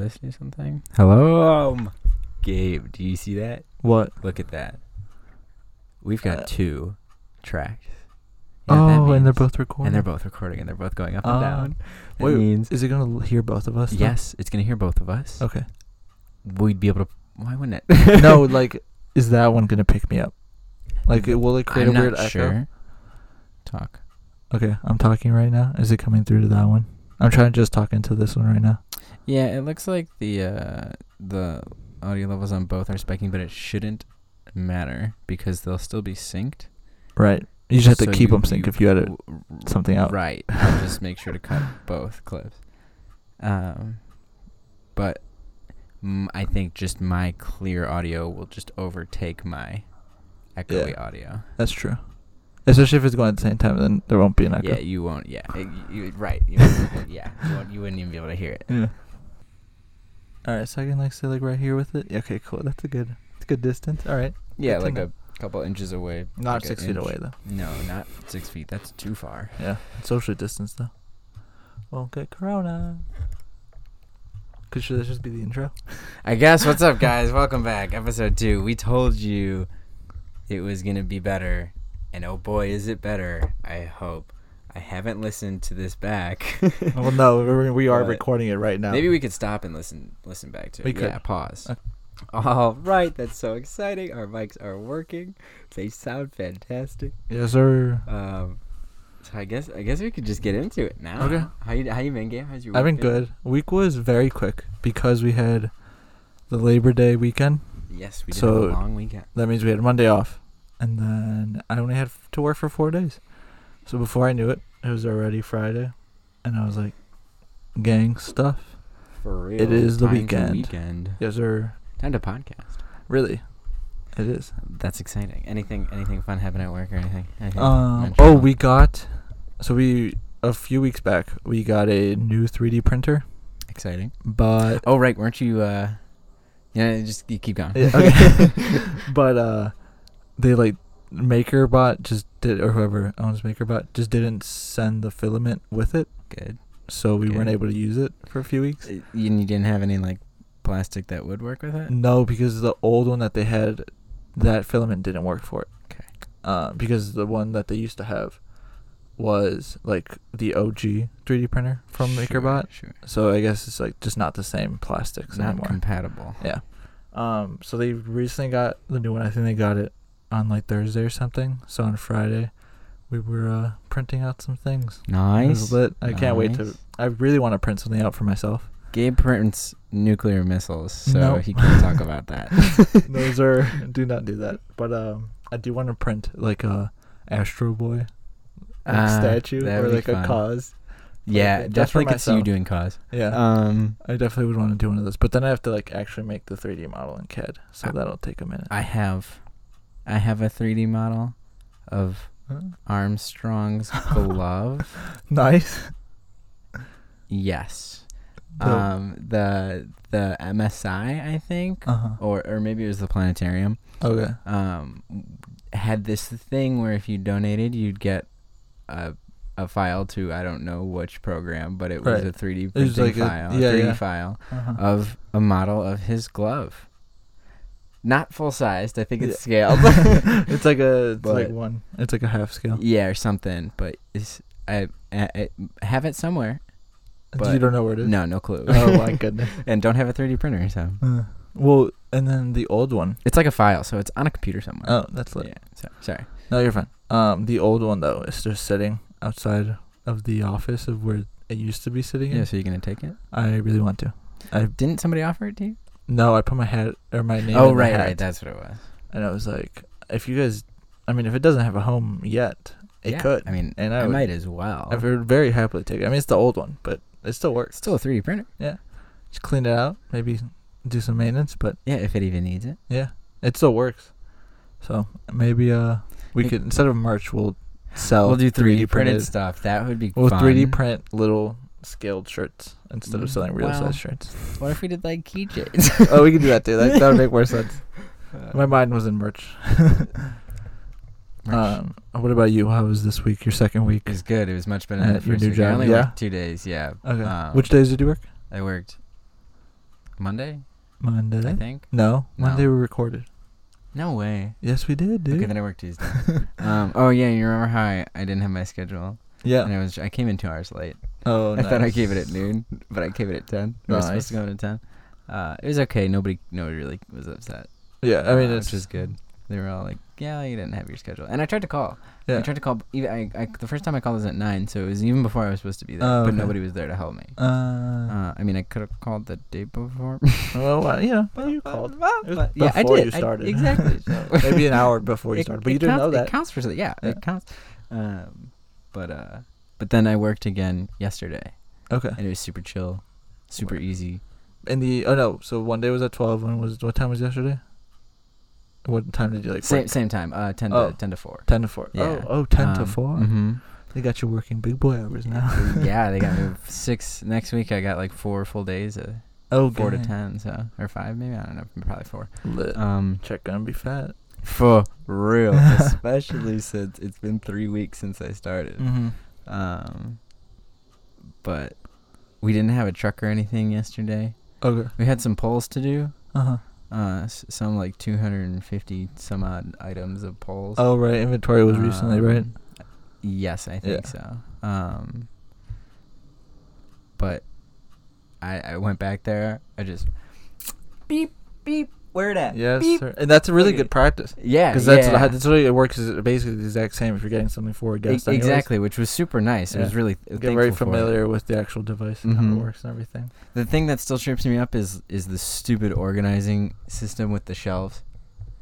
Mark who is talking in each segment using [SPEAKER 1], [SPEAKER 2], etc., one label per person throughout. [SPEAKER 1] listening to something? Hello, um, Gabe. Do you see that?
[SPEAKER 2] What?
[SPEAKER 1] Look at that. We've got
[SPEAKER 2] Uh,
[SPEAKER 1] two tracks. You know what that
[SPEAKER 2] Oh, and they're
[SPEAKER 1] means?
[SPEAKER 2] both recording.
[SPEAKER 1] and they're both recording and they're both going up
[SPEAKER 2] Uh,
[SPEAKER 1] and down. That
[SPEAKER 2] wait,
[SPEAKER 1] means
[SPEAKER 2] Is it gonna l- hear both of us? though?
[SPEAKER 1] yes, it's gonna hear both of us.
[SPEAKER 2] Okay.
[SPEAKER 1] We'd be able to. Why wouldn't it?
[SPEAKER 2] Oh. no, like, is that one gonna pick me up? Like, it, will it create
[SPEAKER 1] I'm
[SPEAKER 2] a weird
[SPEAKER 1] not
[SPEAKER 2] echo?
[SPEAKER 1] sure. Talk.
[SPEAKER 2] Okay, I'm talking right now. Is it coming through to that one? I'm trying to just talk into this one right now.
[SPEAKER 1] Yeah, it looks like the uh, the audio levels on both are spiking, but it shouldn't matter because they'll still be synced.
[SPEAKER 2] Right. You just have to
[SPEAKER 1] So
[SPEAKER 2] keep
[SPEAKER 1] you-
[SPEAKER 2] them sync if you edit
[SPEAKER 1] w- r-
[SPEAKER 2] something out.
[SPEAKER 1] Right. I'll just make sure to cut both clips. Um, but mm, I think just my clear audio will just overtake my echoey audio.
[SPEAKER 2] That's true. Especially if it's going at the same time, then there won't be an echo.
[SPEAKER 1] Yeah, you won't. Yeah, Uh, y- you, right. You won't- yeah, you, won't, you wouldn't even be able to hear it.
[SPEAKER 2] Yeah. All right, so I can like stay like right here with it. Yeah, Okay, cool. That's a good, that's a good distance. All right.
[SPEAKER 1] Yeah,
[SPEAKER 2] Good to
[SPEAKER 1] like
[SPEAKER 2] know.
[SPEAKER 1] a couple inches away.
[SPEAKER 2] Not
[SPEAKER 1] like a
[SPEAKER 2] six feet
[SPEAKER 1] inch.
[SPEAKER 2] away though.
[SPEAKER 1] No, not six feet. That's too far.
[SPEAKER 2] Yeah, social distance though. Won't get corona. Could should this just be the intro?
[SPEAKER 1] I guess. What's up, guys? Welcome back, episode two. We told you it was gonna be better, and oh boy, is it better! I hope. I haven't listened to this back.
[SPEAKER 2] Oh, well, no, we're, we are
[SPEAKER 1] But
[SPEAKER 2] recording it right now.
[SPEAKER 1] Maybe we could stop and listen listen back to it.
[SPEAKER 2] We
[SPEAKER 1] yeah,
[SPEAKER 2] could.
[SPEAKER 1] pause.
[SPEAKER 2] Uh,
[SPEAKER 1] All right, that's so exciting. Our mics are working. They sound fantastic.
[SPEAKER 2] yes, sir.
[SPEAKER 1] Um, so I guess I guess we could just get into it now.
[SPEAKER 2] Okay.
[SPEAKER 1] How you how you been, Gabe? How's your
[SPEAKER 2] I've
[SPEAKER 1] week
[SPEAKER 2] been good. Week was very quick because we had the Labor Day weekend.
[SPEAKER 1] Yes, we did
[SPEAKER 2] So-
[SPEAKER 1] have a long weekend.
[SPEAKER 2] That means we had Monday off, and then I only had f- to work for four days. So before I knew it, it was already Friday, and I was like, "Gang stuff."
[SPEAKER 1] For real.
[SPEAKER 2] is the
[SPEAKER 1] time to
[SPEAKER 2] weekend.
[SPEAKER 1] Weekend.
[SPEAKER 2] Yes, sir.
[SPEAKER 1] Time to podcast.
[SPEAKER 2] Really, it is.
[SPEAKER 1] That's exciting. Anything anything fun happen at work or anything? anything
[SPEAKER 2] Um,
[SPEAKER 1] mention
[SPEAKER 2] oh,
[SPEAKER 1] on-
[SPEAKER 2] we got. So we a few weeks back we got a new 3D printer,
[SPEAKER 1] exciting.
[SPEAKER 2] but
[SPEAKER 1] Oh right, weren't you? uh Yeah, just you keep going.
[SPEAKER 2] Yeah, okay. but uh, they like MakerBot just did or whoever owns MakerBot just didn't send the filament with it,
[SPEAKER 1] Good.
[SPEAKER 2] so we weren't
[SPEAKER 1] Okay.
[SPEAKER 2] able to use it for a few weeks.
[SPEAKER 1] You, you didn't have any like plastic that would work with it.
[SPEAKER 2] No, because the old one that they had, that filament didn't work for it.
[SPEAKER 1] Okay.
[SPEAKER 2] Uh, because the one that they used to have was like the OG 3D printer from
[SPEAKER 1] Sure,
[SPEAKER 2] MakerBot.
[SPEAKER 1] Sure.
[SPEAKER 2] So I guess it's like just not the same plastics
[SPEAKER 1] Not
[SPEAKER 2] anymore.
[SPEAKER 1] compatible.
[SPEAKER 2] um, so they recently got the new one. I think they got it on like Thursday or something. So on Friday, we were uh, printing out some things. It was
[SPEAKER 1] Nice.
[SPEAKER 2] lit. I can't wait to.
[SPEAKER 1] Nice.
[SPEAKER 2] I really want to print something out for myself.
[SPEAKER 1] Gabe prints nuclear missiles, so
[SPEAKER 2] No.
[SPEAKER 1] he can't talk about that.
[SPEAKER 2] Those are do not do that. But um, I do want to print like a Astro Boy like,
[SPEAKER 1] Ah,
[SPEAKER 2] statue
[SPEAKER 1] that
[SPEAKER 2] or
[SPEAKER 1] would be
[SPEAKER 2] like
[SPEAKER 1] fun.
[SPEAKER 2] a cause.
[SPEAKER 1] Yeah,
[SPEAKER 2] Just for
[SPEAKER 1] definitely could see you
[SPEAKER 2] myself.
[SPEAKER 1] doing cause.
[SPEAKER 2] Yeah,
[SPEAKER 1] Um,
[SPEAKER 2] I definitely would want to do one of those. But then I have to like actually make the 3D model in CAD, so
[SPEAKER 1] I-
[SPEAKER 2] that'll take a minute.
[SPEAKER 1] I have, I have a 3D model of
[SPEAKER 2] Huh?
[SPEAKER 1] Armstrong's glove.
[SPEAKER 2] Nice.
[SPEAKER 1] Yes.
[SPEAKER 2] Dope.
[SPEAKER 1] Um, the the MSI I think,
[SPEAKER 2] Uh huh.
[SPEAKER 1] or or maybe it was the planetarium.
[SPEAKER 2] Okay.
[SPEAKER 1] Um, had this thing where if you donated, you'd get a a file to I don't know which program, but it was
[SPEAKER 2] Right.
[SPEAKER 1] a 3D
[SPEAKER 2] was
[SPEAKER 1] printing
[SPEAKER 2] like a-
[SPEAKER 1] file, a,
[SPEAKER 2] yeah,
[SPEAKER 1] 3D
[SPEAKER 2] yeah.
[SPEAKER 1] file
[SPEAKER 2] Uh-huh.
[SPEAKER 1] of a model of his glove. Not full sized. I think it's scaled.
[SPEAKER 2] it's like a it's like
[SPEAKER 1] But-
[SPEAKER 2] one. It's like a half scale.
[SPEAKER 1] yeah, or something. But it's, I, I I have it somewhere. but-
[SPEAKER 2] you don't know where it is.
[SPEAKER 1] No, no clue.
[SPEAKER 2] Oh my goodness.
[SPEAKER 1] and don't have a 3D printer, so.
[SPEAKER 2] Uh, well, and then the old one.
[SPEAKER 1] It's like a file, so it's on a computer somewhere.
[SPEAKER 2] Oh, that's lit.
[SPEAKER 1] yeah. So, sorry.
[SPEAKER 2] No, you're fine. Um, the old one though is just sitting outside of the office of where it used to be sitting.
[SPEAKER 1] Yeah.
[SPEAKER 2] in.
[SPEAKER 1] So you're gonna take it?
[SPEAKER 2] I really want to.
[SPEAKER 1] Didn't somebody offer it to you?
[SPEAKER 2] No, I put my hat or my name.
[SPEAKER 1] oh
[SPEAKER 2] in the
[SPEAKER 1] right,
[SPEAKER 2] hat,
[SPEAKER 1] right. That's what it was.
[SPEAKER 2] and I was like, if you guys, I mean, if it doesn't have a home yet, it
[SPEAKER 1] Yeah,
[SPEAKER 2] could.
[SPEAKER 1] I mean,
[SPEAKER 2] and
[SPEAKER 1] I,
[SPEAKER 2] I, would,
[SPEAKER 1] might as well.
[SPEAKER 2] I would very happily take it. I mean, it's the old one, but it still
[SPEAKER 1] It's
[SPEAKER 2] works.
[SPEAKER 1] Still a 3D printer.
[SPEAKER 2] Just clean it out, maybe do some maintenance, but.
[SPEAKER 1] Yeah, if it even needs it.
[SPEAKER 2] Yeah, it still works. So maybe uh, we
[SPEAKER 1] Hey-
[SPEAKER 2] could instead of merch, we'll sell.
[SPEAKER 1] we'll do 3D, printed,
[SPEAKER 2] Oh, printed.
[SPEAKER 1] stuff. That would be
[SPEAKER 2] We'll
[SPEAKER 1] fun.
[SPEAKER 2] 3D print little scaled shirts instead of
[SPEAKER 1] Mm,
[SPEAKER 2] selling real
[SPEAKER 1] wow.
[SPEAKER 2] size shirts.
[SPEAKER 1] What if we did like keychains?
[SPEAKER 2] oh, we could do that too. That, that would make more sense. Oh, My mind was in merch.
[SPEAKER 1] Merch
[SPEAKER 2] Um, what about you? How was this week? Your second week?
[SPEAKER 1] It was good. It was much better
[SPEAKER 2] at
[SPEAKER 1] than the
[SPEAKER 2] uh, your
[SPEAKER 1] first
[SPEAKER 2] new
[SPEAKER 1] week. I
[SPEAKER 2] job,
[SPEAKER 1] only
[SPEAKER 2] yeah?
[SPEAKER 1] worked two days. Yeah.
[SPEAKER 2] Okay.
[SPEAKER 1] Um,
[SPEAKER 2] Which days did you work?
[SPEAKER 1] I worked Monday, I
[SPEAKER 2] Monday.
[SPEAKER 1] think.
[SPEAKER 2] No,
[SPEAKER 1] No.
[SPEAKER 2] Monday we recorded.
[SPEAKER 1] No way.
[SPEAKER 2] Yes, we did, dude.
[SPEAKER 1] Okay, then I worked Tuesday. um, oh yeah, you remember how I, I didn't have my schedule and
[SPEAKER 2] yeah.
[SPEAKER 1] I was I came in two hours late.
[SPEAKER 2] Oh,
[SPEAKER 1] I thought I
[SPEAKER 2] nice.
[SPEAKER 1] gave it at noon, but I gave it at ten. We were supposed to
[SPEAKER 2] Nice.
[SPEAKER 1] go in at ten. Uh, it was okay. Nobody, nobody really was upset.
[SPEAKER 2] Yeah, I mean
[SPEAKER 1] uh,
[SPEAKER 2] it's
[SPEAKER 1] which is good. They were all like, "Yeah, you didn't have your schedule." And I tried to call. I
[SPEAKER 2] Yeah.
[SPEAKER 1] tried to call. Even I, I, the first time I called was at nine, so it was even before I was supposed to be there.
[SPEAKER 2] Oh,
[SPEAKER 1] but
[SPEAKER 2] okay.
[SPEAKER 1] nobody was there to help me.
[SPEAKER 2] Uh,
[SPEAKER 1] Uh, I mean, I could have called the day before.
[SPEAKER 2] well, well, you know, well, you called. It was
[SPEAKER 1] yeah, I
[SPEAKER 2] before
[SPEAKER 1] did.
[SPEAKER 2] you
[SPEAKER 1] I-
[SPEAKER 2] started.
[SPEAKER 1] exactly. So-
[SPEAKER 2] Maybe an hour before you
[SPEAKER 1] It-
[SPEAKER 2] started, but
[SPEAKER 1] it
[SPEAKER 2] you didn't
[SPEAKER 1] counts-
[SPEAKER 2] know that.
[SPEAKER 1] It counts for something. Yeah,
[SPEAKER 2] Yeah.
[SPEAKER 1] it counts. Um, but uh, but then I worked again yesterday,
[SPEAKER 2] Okay.
[SPEAKER 1] and it was super chill, super
[SPEAKER 2] Word.
[SPEAKER 1] easy.
[SPEAKER 2] And the oh no, so one day was at twelve. One was what time was yesterday? What time did you like?
[SPEAKER 1] Same
[SPEAKER 2] work?
[SPEAKER 1] same time. Uh, ten
[SPEAKER 2] Oh.
[SPEAKER 1] to ten to four.
[SPEAKER 2] Ten to four.
[SPEAKER 1] Yeah.
[SPEAKER 2] Oh, oh, 10 to
[SPEAKER 1] Um,
[SPEAKER 2] 4
[SPEAKER 1] mhm.
[SPEAKER 2] They got you working big boy hours now.
[SPEAKER 1] yeah, they got me six. Next week I got like four full days, uh,
[SPEAKER 2] Oh,
[SPEAKER 1] four to
[SPEAKER 2] gang.
[SPEAKER 1] ten, so or five maybe. I don't know, probably four.
[SPEAKER 2] Lit.
[SPEAKER 1] Um,
[SPEAKER 2] Check gonna be fat.
[SPEAKER 1] for real, especially since it's been three weeks since I started.
[SPEAKER 2] Mm-hmm.
[SPEAKER 1] Um, but we didn't have a truck or anything yesterday.
[SPEAKER 2] Okay.
[SPEAKER 1] We had some polls to do.
[SPEAKER 2] Uh huh.
[SPEAKER 1] Uh, s- some like 250 some odd items of polls.
[SPEAKER 2] Oh right, inventory was recently right.
[SPEAKER 1] Um, Yes, I think so. Um, but I I went back there. I just beep beep. Where it at?
[SPEAKER 2] Yes,
[SPEAKER 1] beep.
[SPEAKER 2] sir. and that's a really
[SPEAKER 1] Okay.
[SPEAKER 2] good practice
[SPEAKER 1] Yeah,
[SPEAKER 2] because that's
[SPEAKER 1] yeah.
[SPEAKER 2] how, that's really it works. Is basically the exact same if you're getting something for a
[SPEAKER 1] E-
[SPEAKER 2] guest. anyways.
[SPEAKER 1] exactly, which was super nice. It was
[SPEAKER 2] Yeah.
[SPEAKER 1] really
[SPEAKER 2] Get very
[SPEAKER 1] thankful for it.
[SPEAKER 2] familiar with the actual device and how
[SPEAKER 1] Mhm.
[SPEAKER 2] it works and everything.
[SPEAKER 1] The thing that still trips me up is is the stupid organizing system with the shelves.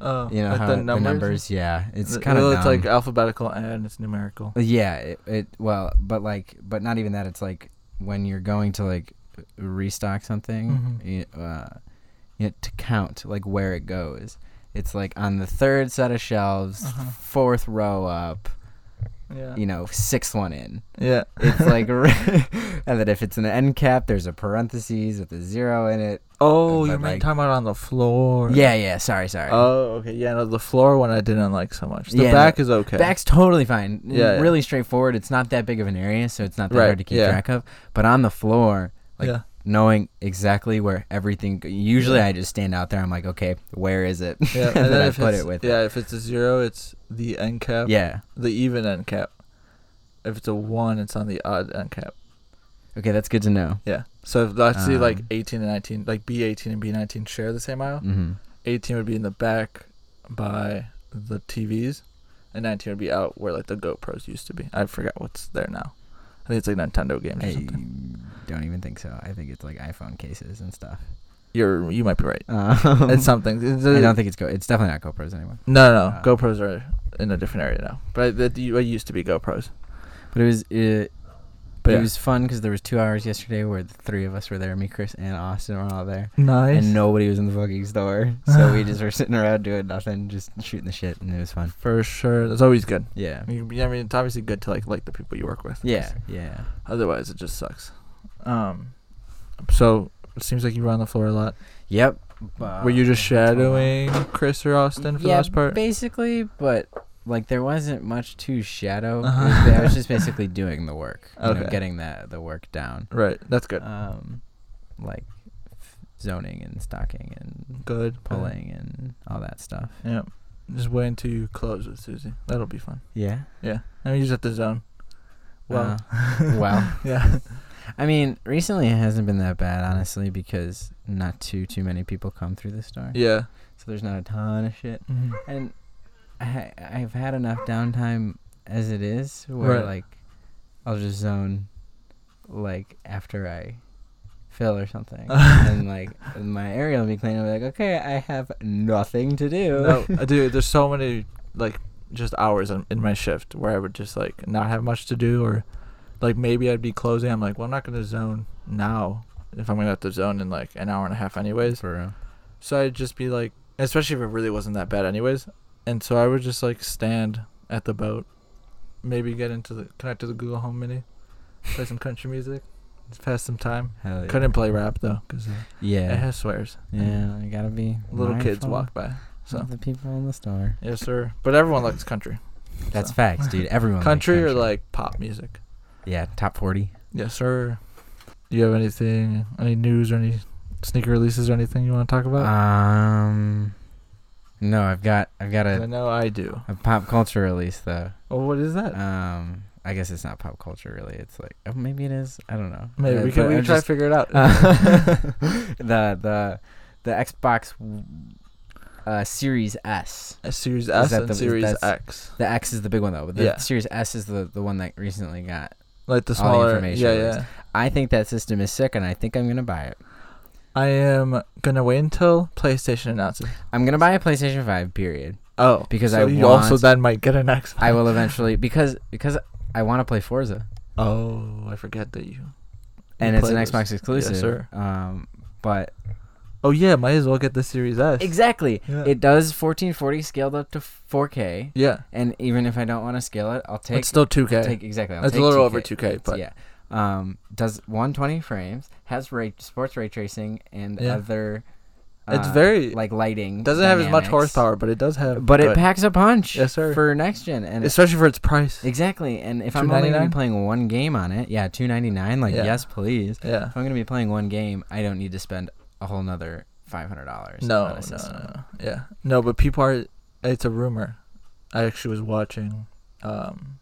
[SPEAKER 2] Oh,
[SPEAKER 1] You know how the numbers. Yeah, it's
[SPEAKER 2] Th-
[SPEAKER 1] kind of
[SPEAKER 2] well, it's like alphabetical and it's numerical.
[SPEAKER 1] Yeah, it, it well, but like, but not even that. It's like when you're going to like restock something,
[SPEAKER 2] Mhm.
[SPEAKER 1] you, uh, you know, to count like where it goes. It's like on the third set of shelves,
[SPEAKER 2] Uh-huh.
[SPEAKER 1] fourth row up,
[SPEAKER 2] Yeah.
[SPEAKER 1] you know, sixth one in.
[SPEAKER 2] Yeah.
[SPEAKER 1] It's like, re- and then if it's an end cap, there's a parentheses with a zero in it.
[SPEAKER 2] Oh,
[SPEAKER 1] but
[SPEAKER 2] you mean
[SPEAKER 1] like-
[SPEAKER 2] talking about on the floor?
[SPEAKER 1] Yeah, yeah. Sorry, sorry.
[SPEAKER 2] Oh, okay. Yeah, no, the floor one I didn't like so much. The
[SPEAKER 1] Yeah,
[SPEAKER 2] back is okay.
[SPEAKER 1] Back's totally fine.
[SPEAKER 2] Yeah, yeah.
[SPEAKER 1] really straightforward. It's not that big of an area, so it's not that
[SPEAKER 2] Right,
[SPEAKER 1] hard to keep
[SPEAKER 2] yeah.
[SPEAKER 1] track of. But on the floor, like
[SPEAKER 2] yeah.
[SPEAKER 1] knowing exactly where everything. Usually,
[SPEAKER 2] Yeah.
[SPEAKER 1] I just stand out there. I'm like, okay, where is it?
[SPEAKER 2] Yeah.
[SPEAKER 1] and then I
[SPEAKER 2] if
[SPEAKER 1] put
[SPEAKER 2] it's-
[SPEAKER 1] it with.
[SPEAKER 2] Yeah,
[SPEAKER 1] it.
[SPEAKER 2] if it's a zero, it's the end cap.
[SPEAKER 1] yeah.
[SPEAKER 2] The even end cap. If it's a one, it's on the odd end cap.
[SPEAKER 1] Okay, that's good to know.
[SPEAKER 2] Yeah. So if let's see like
[SPEAKER 1] Um,
[SPEAKER 2] 18 and 19, like B18 and B19 share the same aisle.
[SPEAKER 1] hmm
[SPEAKER 2] 18 would be in the back by the TVs, and 19 would be out where like the GoPros used to be. I forgot what's there now. I think it's like Nintendo games or
[SPEAKER 1] I
[SPEAKER 2] something.
[SPEAKER 1] don't even think so. I think it's like iPhone cases and stuff.
[SPEAKER 2] You're you might be right.
[SPEAKER 1] Um,
[SPEAKER 2] It's something. It's,
[SPEAKER 1] I don't
[SPEAKER 2] think
[SPEAKER 1] think it's go. It's definitely not GoPros anyway.
[SPEAKER 2] no, no,
[SPEAKER 1] uh,
[SPEAKER 2] GoPros are in a different area now. But it, it used to be GoPros.
[SPEAKER 1] But it was it. But
[SPEAKER 2] Yeah.
[SPEAKER 1] it was fun because there was two hours yesterday where the three of us were there. Me, Chris, and Austin were all there.
[SPEAKER 2] Nice.
[SPEAKER 1] and nobody was in the fucking store. So we just were sitting around doing nothing, just shooting the shit, and it was fun.
[SPEAKER 2] For sure, that's always good.
[SPEAKER 1] Yeah,
[SPEAKER 2] I mean, I mean, it's obviously good to like like the people you work with. 'cause
[SPEAKER 1] yeah, yeah.
[SPEAKER 2] Otherwise, it just sucks. Um, so it seems like you were on the floor a lot.
[SPEAKER 1] Yep.
[SPEAKER 2] were you just
[SPEAKER 1] that's all.
[SPEAKER 2] shadowing Chris or Austin for the
[SPEAKER 1] yeah,
[SPEAKER 2] most part?
[SPEAKER 1] basically, but like there wasn't much to shadow. It was-
[SPEAKER 2] Uh-huh.
[SPEAKER 1] I was just basically doing the work, you know,
[SPEAKER 2] Okay.
[SPEAKER 1] getting that the work down,
[SPEAKER 2] right. That's good.
[SPEAKER 1] um, like f- zoning and stocking and
[SPEAKER 2] Good. good.
[SPEAKER 1] pulling and all that stuff.
[SPEAKER 2] Yeah. Just wait until you close with Susie. That'll be fun.
[SPEAKER 1] Yeah.
[SPEAKER 2] Yeah. I mean, you just have to zone. Well,
[SPEAKER 1] Uh, wow.
[SPEAKER 2] yeah.
[SPEAKER 1] I mean, recently it hasn't been that bad, honestly, because not too too many people come through the store.
[SPEAKER 2] Yeah.
[SPEAKER 1] So there's not a ton of shit,
[SPEAKER 2] Mhm.
[SPEAKER 1] and I I've had enough downtime as it is, where
[SPEAKER 2] Right.
[SPEAKER 1] like I'll just zone, like after I fill or something, and like my area will be clean. I'll be like, okay, I have nothing to do.
[SPEAKER 2] No, uh, dude, there's so many, like, just hours in, in my shift where I would just, like, not have much to do or, like, maybe I'd be closing. I'm like, well, I'm not going to zone now if I'm going to have to zone in, like, an hour and a half anyways.
[SPEAKER 1] For real.
[SPEAKER 2] So I'd just be like, especially if it really wasn't that bad, anyways. And so I would just like stand at the boat, maybe get into the connect to the Google Home Mini, play some country music, just pass some time.
[SPEAKER 1] Hell yeah.
[SPEAKER 2] Couldn't play rap though, 'cause, uh, it
[SPEAKER 1] yeah.
[SPEAKER 2] has swears.
[SPEAKER 1] Yeah, you gotta be
[SPEAKER 2] Little kids
[SPEAKER 1] mindful
[SPEAKER 2] walk by.
[SPEAKER 1] of
[SPEAKER 2] So
[SPEAKER 1] the people in the store.
[SPEAKER 2] yes, sir. But everyone likes country.
[SPEAKER 1] That's
[SPEAKER 2] So.
[SPEAKER 1] facts, dude. Everyone likes
[SPEAKER 2] Country or like pop music.
[SPEAKER 1] yeah, top forty.
[SPEAKER 2] Yes, sir. Do you have anything, any news or any sneaker releases or anything you want to talk about?
[SPEAKER 1] Um, no, I've got I've got
[SPEAKER 2] 'Cause I
[SPEAKER 1] a,
[SPEAKER 2] know I do.
[SPEAKER 1] a pop culture release though.
[SPEAKER 2] Oh, what is that?
[SPEAKER 1] Um, I guess it's not pop culture really. It's like oh, maybe it is. I don't know.
[SPEAKER 2] Maybe
[SPEAKER 1] Uh,
[SPEAKER 2] we can
[SPEAKER 1] but
[SPEAKER 2] we
[SPEAKER 1] I'm
[SPEAKER 2] can try
[SPEAKER 1] just-
[SPEAKER 2] to figure it out.
[SPEAKER 1] Uh, the the the Xbox uh, Series S.
[SPEAKER 2] A Series
[SPEAKER 1] that
[SPEAKER 2] S and
[SPEAKER 1] the- is
[SPEAKER 2] Series
[SPEAKER 1] that's-
[SPEAKER 2] X,
[SPEAKER 1] The X is the big one though. But the
[SPEAKER 2] Yeah.
[SPEAKER 1] Series S is the the one that recently got.
[SPEAKER 2] like the
[SPEAKER 1] all the
[SPEAKER 2] smaller.
[SPEAKER 1] information
[SPEAKER 2] yeah,
[SPEAKER 1] is-
[SPEAKER 2] yeah.
[SPEAKER 1] I think that system is sick, and I think I'm gonna buy it.
[SPEAKER 2] I am gonna wait until PlayStation announces.
[SPEAKER 1] I'm gonna buy a PlayStation Five. Period.
[SPEAKER 2] Oh,
[SPEAKER 1] Because
[SPEAKER 2] so
[SPEAKER 1] I
[SPEAKER 2] you also
[SPEAKER 1] want-
[SPEAKER 2] then might get an Xbox.
[SPEAKER 1] I will eventually because because I want to play Forza.
[SPEAKER 2] Oh, I forget that you.
[SPEAKER 1] and
[SPEAKER 2] you
[SPEAKER 1] it's an
[SPEAKER 2] play
[SPEAKER 1] Xbox
[SPEAKER 2] those.
[SPEAKER 1] exclusive.
[SPEAKER 2] sir.
[SPEAKER 1] Um, but
[SPEAKER 2] Oh yeah, might as well get the Series S.
[SPEAKER 1] exactly,
[SPEAKER 2] Yeah.
[SPEAKER 1] it does 1440 scaled up to 4K.
[SPEAKER 2] Yeah,
[SPEAKER 1] And even if I don't want to scale it, I'll take.
[SPEAKER 2] it's still 2K.
[SPEAKER 1] I'll take exactly. I'll
[SPEAKER 2] it's a
[SPEAKER 1] take
[SPEAKER 2] little
[SPEAKER 1] 2K.
[SPEAKER 2] over 2K, but
[SPEAKER 1] yeah. Um, does 120 frames has ray sports ray tracing and
[SPEAKER 2] Yeah.
[SPEAKER 1] other.
[SPEAKER 2] It's
[SPEAKER 1] uh,
[SPEAKER 2] very-
[SPEAKER 1] like lighting.
[SPEAKER 2] doesn't have as much
[SPEAKER 1] dynamics.
[SPEAKER 2] horsepower, but it does have.
[SPEAKER 1] but it
[SPEAKER 2] good-
[SPEAKER 1] packs a punch.
[SPEAKER 2] Yes, sir.
[SPEAKER 1] For next gen and
[SPEAKER 2] especially for its price.
[SPEAKER 1] exactly. And if I'm only gonna be
[SPEAKER 2] 299?
[SPEAKER 1] playing one game on it, yeah, 299. Like
[SPEAKER 2] Yeah.
[SPEAKER 1] yes, please.
[SPEAKER 2] yeah.
[SPEAKER 1] If I'm gonna be playing one game, I don't need to spend a whole nother five hundred dollars.
[SPEAKER 2] No, no, no, no. Yeah. No, but people are. It's a rumor. I actually was watching um,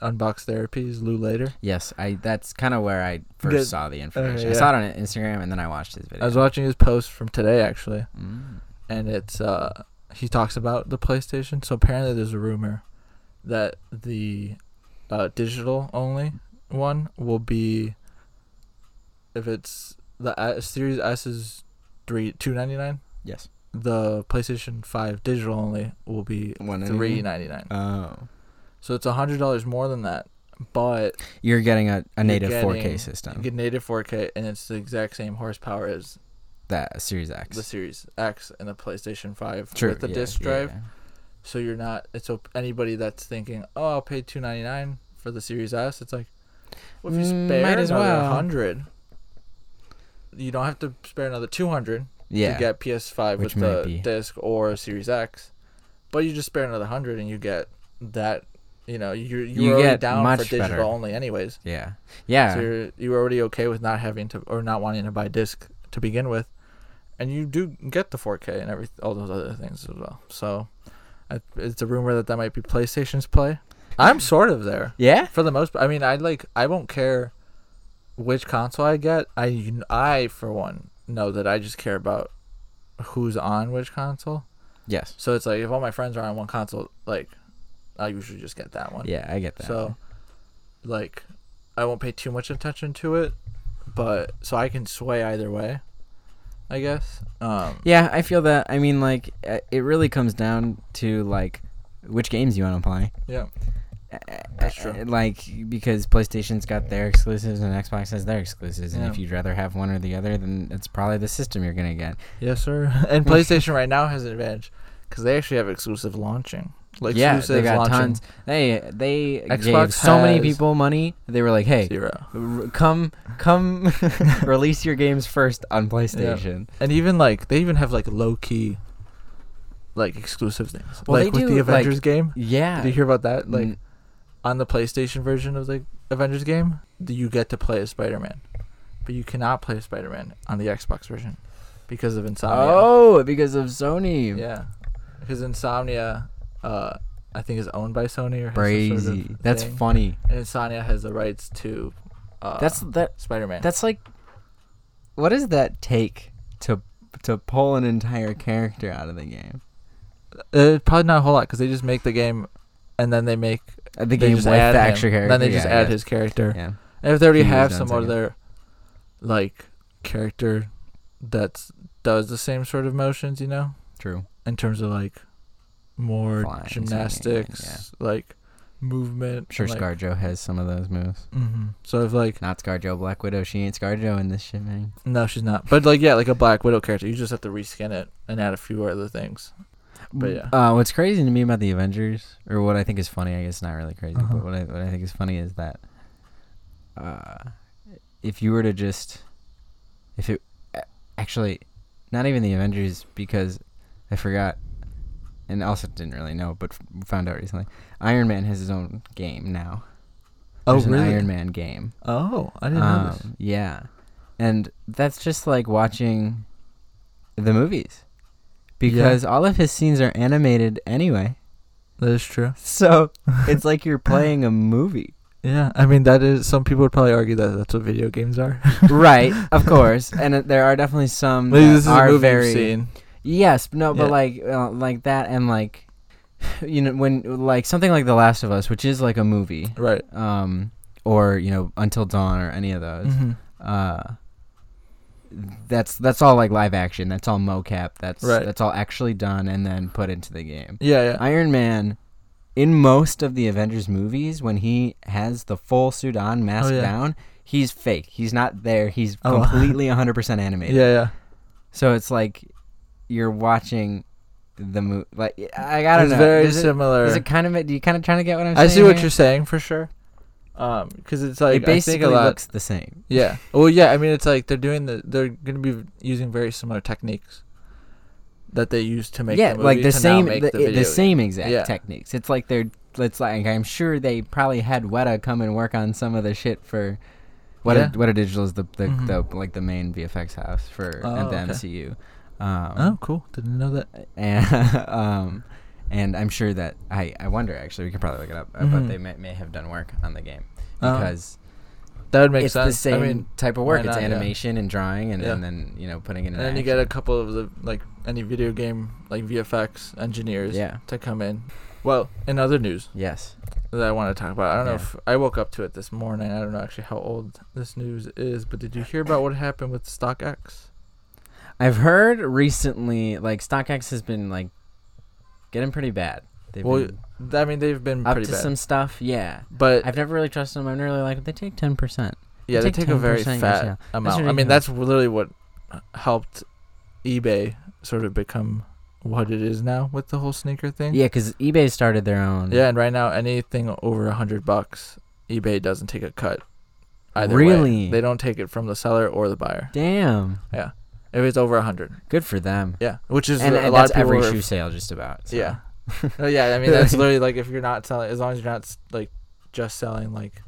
[SPEAKER 2] Unbox Therapies, Lou Later.
[SPEAKER 1] Yes, I. That's kind of where I first
[SPEAKER 2] Good. Uh,
[SPEAKER 1] saw the information. I
[SPEAKER 2] yeah.
[SPEAKER 1] saw it on Instagram and then I watched his video.
[SPEAKER 2] I was watching his post from today, actually.
[SPEAKER 1] Mm.
[SPEAKER 2] and it's uh he talks about the PlayStation. So apparently there's a rumor that the uh, digital only one will be if it's the uh, Series S is three two ninety nine.
[SPEAKER 1] Yes.
[SPEAKER 2] The PlayStation Five digital only will be
[SPEAKER 1] One
[SPEAKER 2] three ninety nine.
[SPEAKER 1] Oh.
[SPEAKER 2] So it's a hundred dollars more than that, but
[SPEAKER 1] You're getting a, a
[SPEAKER 2] You're
[SPEAKER 1] native
[SPEAKER 2] getting-
[SPEAKER 1] 4K
[SPEAKER 2] you
[SPEAKER 1] system.
[SPEAKER 2] get native four K and it's the exact same horsepower as
[SPEAKER 1] that Series X.
[SPEAKER 2] the Series X and the PlayStation Five
[SPEAKER 1] True,
[SPEAKER 2] with the
[SPEAKER 1] yeah,
[SPEAKER 2] disc
[SPEAKER 1] yeah,
[SPEAKER 2] drive.
[SPEAKER 1] yeah.
[SPEAKER 2] so you're not it's so anybody that's thinking oh i'll pay 299 for the series s it's like well, if you
[SPEAKER 1] Mm,
[SPEAKER 2] spare
[SPEAKER 1] might as
[SPEAKER 2] another
[SPEAKER 1] well.
[SPEAKER 2] 100 you don't have to spare another 200
[SPEAKER 1] Yeah.
[SPEAKER 2] to get ps5
[SPEAKER 1] Which
[SPEAKER 2] with
[SPEAKER 1] might
[SPEAKER 2] the
[SPEAKER 1] be.
[SPEAKER 2] disc or series x but you just spare another 100 and you get that you know you're, you're
[SPEAKER 1] You
[SPEAKER 2] already
[SPEAKER 1] get
[SPEAKER 2] down
[SPEAKER 1] much
[SPEAKER 2] for digital
[SPEAKER 1] better.
[SPEAKER 2] only anyways
[SPEAKER 1] yeah. Yeah.
[SPEAKER 2] so you're you're already okay with not having to or not wanting to buy disc to begin with, and you do get the 4K and every all those other things as well. So, I, it's a rumor that that might be PlayStation's play. I'm sort of there
[SPEAKER 1] yeah.
[SPEAKER 2] for the most. I mean, I like I won't care which console I get. I I for one know that I just care about who's on which console.
[SPEAKER 1] Yes.
[SPEAKER 2] So it's like if all my friends are on one console, like I usually just get that one.
[SPEAKER 1] Yeah, I get that.
[SPEAKER 2] So, like, I won't pay too much attention to it, but so I can sway either way, I guess. Um,
[SPEAKER 1] Yeah, I feel that. I mean, like, uh, it really comes down to like which games you want to play.
[SPEAKER 2] yeah,
[SPEAKER 1] That's
[SPEAKER 2] true.
[SPEAKER 1] Like because PlayStation's got their exclusives and Xbox has their exclusives, and
[SPEAKER 2] Yeah.
[SPEAKER 1] if you'd rather have one or the other, then it's probably the system you're gonna get.
[SPEAKER 2] yes, sir. And PlayStation right now has an advantage because they actually have exclusive launching. Like,
[SPEAKER 1] yeah, they
[SPEAKER 2] exclusive
[SPEAKER 1] got
[SPEAKER 2] launching
[SPEAKER 1] tons. They they gave
[SPEAKER 2] Xbox
[SPEAKER 1] so many
[SPEAKER 2] has-
[SPEAKER 1] people money. They were like, hey.
[SPEAKER 2] Zero.
[SPEAKER 1] r- Come, come! release your games first on PlayStation.
[SPEAKER 2] And even like they even have like low key, like exclusive things.
[SPEAKER 1] Well,
[SPEAKER 2] like
[SPEAKER 1] they
[SPEAKER 2] with
[SPEAKER 1] do,
[SPEAKER 2] the
[SPEAKER 1] like-
[SPEAKER 2] Avengers game.
[SPEAKER 1] Yeah,
[SPEAKER 2] Did you hear about that? Like
[SPEAKER 1] N-
[SPEAKER 2] on the PlayStation version of the Avengers game, th- you get to play as Spider Man, but you cannot play Spider Man on the Xbox version because of Insomnia.
[SPEAKER 1] oh, because of Sony.
[SPEAKER 2] yeah, because Insomnia, uh, I think is owned by Sony or has some sort
[SPEAKER 1] crazy.
[SPEAKER 2] of
[SPEAKER 1] That's
[SPEAKER 2] thing,
[SPEAKER 1] funny.
[SPEAKER 2] and Insomnia has the rights to. Uh,
[SPEAKER 1] That's that.
[SPEAKER 2] Spider Man.
[SPEAKER 1] That's like, what does that take to to pull an entire character out of the game?
[SPEAKER 2] uh, probably not a whole lot because they just make the game, and then they make
[SPEAKER 1] Uh, The
[SPEAKER 2] they
[SPEAKER 1] game with
[SPEAKER 2] just
[SPEAKER 1] the
[SPEAKER 2] add him,
[SPEAKER 1] extra character.
[SPEAKER 2] Then they just
[SPEAKER 1] yeah, I
[SPEAKER 2] add
[SPEAKER 1] guess.
[SPEAKER 2] his character.
[SPEAKER 1] Yeah.
[SPEAKER 2] And if they already
[SPEAKER 1] He was
[SPEAKER 2] have
[SPEAKER 1] done
[SPEAKER 2] some
[SPEAKER 1] second.
[SPEAKER 2] other, like, character that's does the same sort of motions, you know,
[SPEAKER 1] True.
[SPEAKER 2] in terms of like more
[SPEAKER 1] Flying, swinging,
[SPEAKER 2] gymnastics, like movement.
[SPEAKER 1] I'm sure
[SPEAKER 2] like,
[SPEAKER 1] ScarJo has some of those moves.
[SPEAKER 2] hmm So if like
[SPEAKER 1] Not ScarJo, Black Widow. She ain't ScarJo in this shit, man.
[SPEAKER 2] no, she's not. But like yeah, like a Black Widow character, you just have to reskin it and add a few other things. But yeah.
[SPEAKER 1] Uh, what's crazy to me about the Avengers, or what I think is funny, I guess not really crazy,
[SPEAKER 2] Uh-huh.
[SPEAKER 1] but what I what I think is funny is that, uh, if you were to just, if it, a- actually, not even the Avengers because I forgot, and also didn't really know, but f- found out recently, Iron Man has his own game now. There's an Iron Man game.
[SPEAKER 2] Oh, I didn't know this.
[SPEAKER 1] Um, yeah, and that's just like watching the movies because all of his scenes are animated anyway.
[SPEAKER 2] That is true.
[SPEAKER 1] So it's like you're playing a movie.
[SPEAKER 2] Yeah, I mean that is. Some people would probably argue that that's what video games are.
[SPEAKER 1] right, of course. And uh, there are definitely some
[SPEAKER 2] Maybe
[SPEAKER 1] that
[SPEAKER 2] this is
[SPEAKER 1] are
[SPEAKER 2] a movie
[SPEAKER 1] very
[SPEAKER 2] you've seen.
[SPEAKER 1] Yes, no, but
[SPEAKER 2] Yeah.
[SPEAKER 1] like uh, like that and like you know when like something like The Last of Us, which is like a movie,
[SPEAKER 2] Right.
[SPEAKER 1] um, or you know Until Dawn or any of those.
[SPEAKER 2] Mhm.
[SPEAKER 1] Uh, that's that's all like live action. That's all mocap. That's
[SPEAKER 2] Right.
[SPEAKER 1] that's all actually done and then put into the game.
[SPEAKER 2] Yeah, yeah.
[SPEAKER 1] Iron Man, in most of the Avengers movies, when he has the full suit on, mask
[SPEAKER 2] Oh, yeah.
[SPEAKER 1] down, he's fake. He's not there. He's
[SPEAKER 2] Oh.
[SPEAKER 1] completely 100% animated.
[SPEAKER 2] yeah, yeah.
[SPEAKER 1] So it's like you're watching the movie. Like I, I don't
[SPEAKER 2] it's
[SPEAKER 1] know.
[SPEAKER 2] very
[SPEAKER 1] Does it-
[SPEAKER 2] similar.
[SPEAKER 1] Is it kind of? a- Do you kind of trying to get what I'm
[SPEAKER 2] I
[SPEAKER 1] saying?
[SPEAKER 2] see what
[SPEAKER 1] here?
[SPEAKER 2] you're saying for sure. Um, because it's like
[SPEAKER 1] it
[SPEAKER 2] I think
[SPEAKER 1] basically
[SPEAKER 2] a lot.
[SPEAKER 1] looks the same.
[SPEAKER 2] yeah. Well, yeah. I mean, it's like they're doing the. They're gonna be using very similar techniques that they use to make.
[SPEAKER 1] yeah,
[SPEAKER 2] the
[SPEAKER 1] like
[SPEAKER 2] movie
[SPEAKER 1] the
[SPEAKER 2] to now
[SPEAKER 1] same,
[SPEAKER 2] make
[SPEAKER 1] the,
[SPEAKER 2] the
[SPEAKER 1] the
[SPEAKER 2] video game.
[SPEAKER 1] same exact
[SPEAKER 2] Yeah.
[SPEAKER 1] techniques. It's like they're. It's like I'm sure they probably had Weta come and work on some of the shit for. Weta,
[SPEAKER 2] Yeah.
[SPEAKER 1] Weta Digital is the the,
[SPEAKER 2] Mhm.
[SPEAKER 1] the like the main VFX house for
[SPEAKER 2] Oh,
[SPEAKER 1] at the
[SPEAKER 2] okay.
[SPEAKER 1] MCU. Um,
[SPEAKER 2] Oh, cool. Didn't know that.
[SPEAKER 1] and um, and I'm sure that I, I wonder actually we could probably look it up, uh, but
[SPEAKER 2] Mhm.
[SPEAKER 1] they may, may have done work on the game
[SPEAKER 2] Oh.
[SPEAKER 1] because
[SPEAKER 2] That would make
[SPEAKER 1] it's
[SPEAKER 2] sense.
[SPEAKER 1] the same
[SPEAKER 2] I mean,
[SPEAKER 1] type of
[SPEAKER 2] why
[SPEAKER 1] work. It's
[SPEAKER 2] not, yeah.
[SPEAKER 1] animation and drawing, and,
[SPEAKER 2] Yeah.
[SPEAKER 1] and then you know putting it in.
[SPEAKER 2] and then you get a couple of the like any video game like VFX engineers
[SPEAKER 1] yeah.
[SPEAKER 2] to come in. Well, in other news
[SPEAKER 1] Yes.
[SPEAKER 2] that I want to talk about, I don't know
[SPEAKER 1] Yeah.
[SPEAKER 2] if I woke up to it this morning. I don't know actually how old this news is, but did you hear about what happened with StockX?
[SPEAKER 1] I've heard recently like StockX has been like getting pretty bad. They've
[SPEAKER 2] Well,
[SPEAKER 1] been
[SPEAKER 2] th- I mean they've been
[SPEAKER 1] up to
[SPEAKER 2] pretty bad,
[SPEAKER 1] some stuff. Yeah.
[SPEAKER 2] but
[SPEAKER 1] I've never really trusted them. I'm really like they take ten percent.
[SPEAKER 2] yeah, they
[SPEAKER 1] take
[SPEAKER 2] take a very
[SPEAKER 1] 10%
[SPEAKER 2] fat
[SPEAKER 1] yourself.
[SPEAKER 2] amount. I mean
[SPEAKER 1] ridiculous.
[SPEAKER 2] that's literally what helped eBay sort of become what it is now with the whole sneaker thing.
[SPEAKER 1] Yeah, because eBay started their own.
[SPEAKER 2] Yeah, and right now anything over a hundred bucks, eBay doesn't take a cut. Either way.
[SPEAKER 1] Really?
[SPEAKER 2] they don't take it from the seller or the buyer.
[SPEAKER 1] Damn.
[SPEAKER 2] If it's over a hundred,
[SPEAKER 1] Good for them.
[SPEAKER 2] yeah, which is
[SPEAKER 1] And,
[SPEAKER 2] a
[SPEAKER 1] and
[SPEAKER 2] lot
[SPEAKER 1] that's
[SPEAKER 2] of people.
[SPEAKER 1] every
[SPEAKER 2] are-
[SPEAKER 1] shoe sale, just about. so.
[SPEAKER 2] Yeah, no, yeah. I mean, that's literally like if you're not selling, as long as you're not s- like just selling like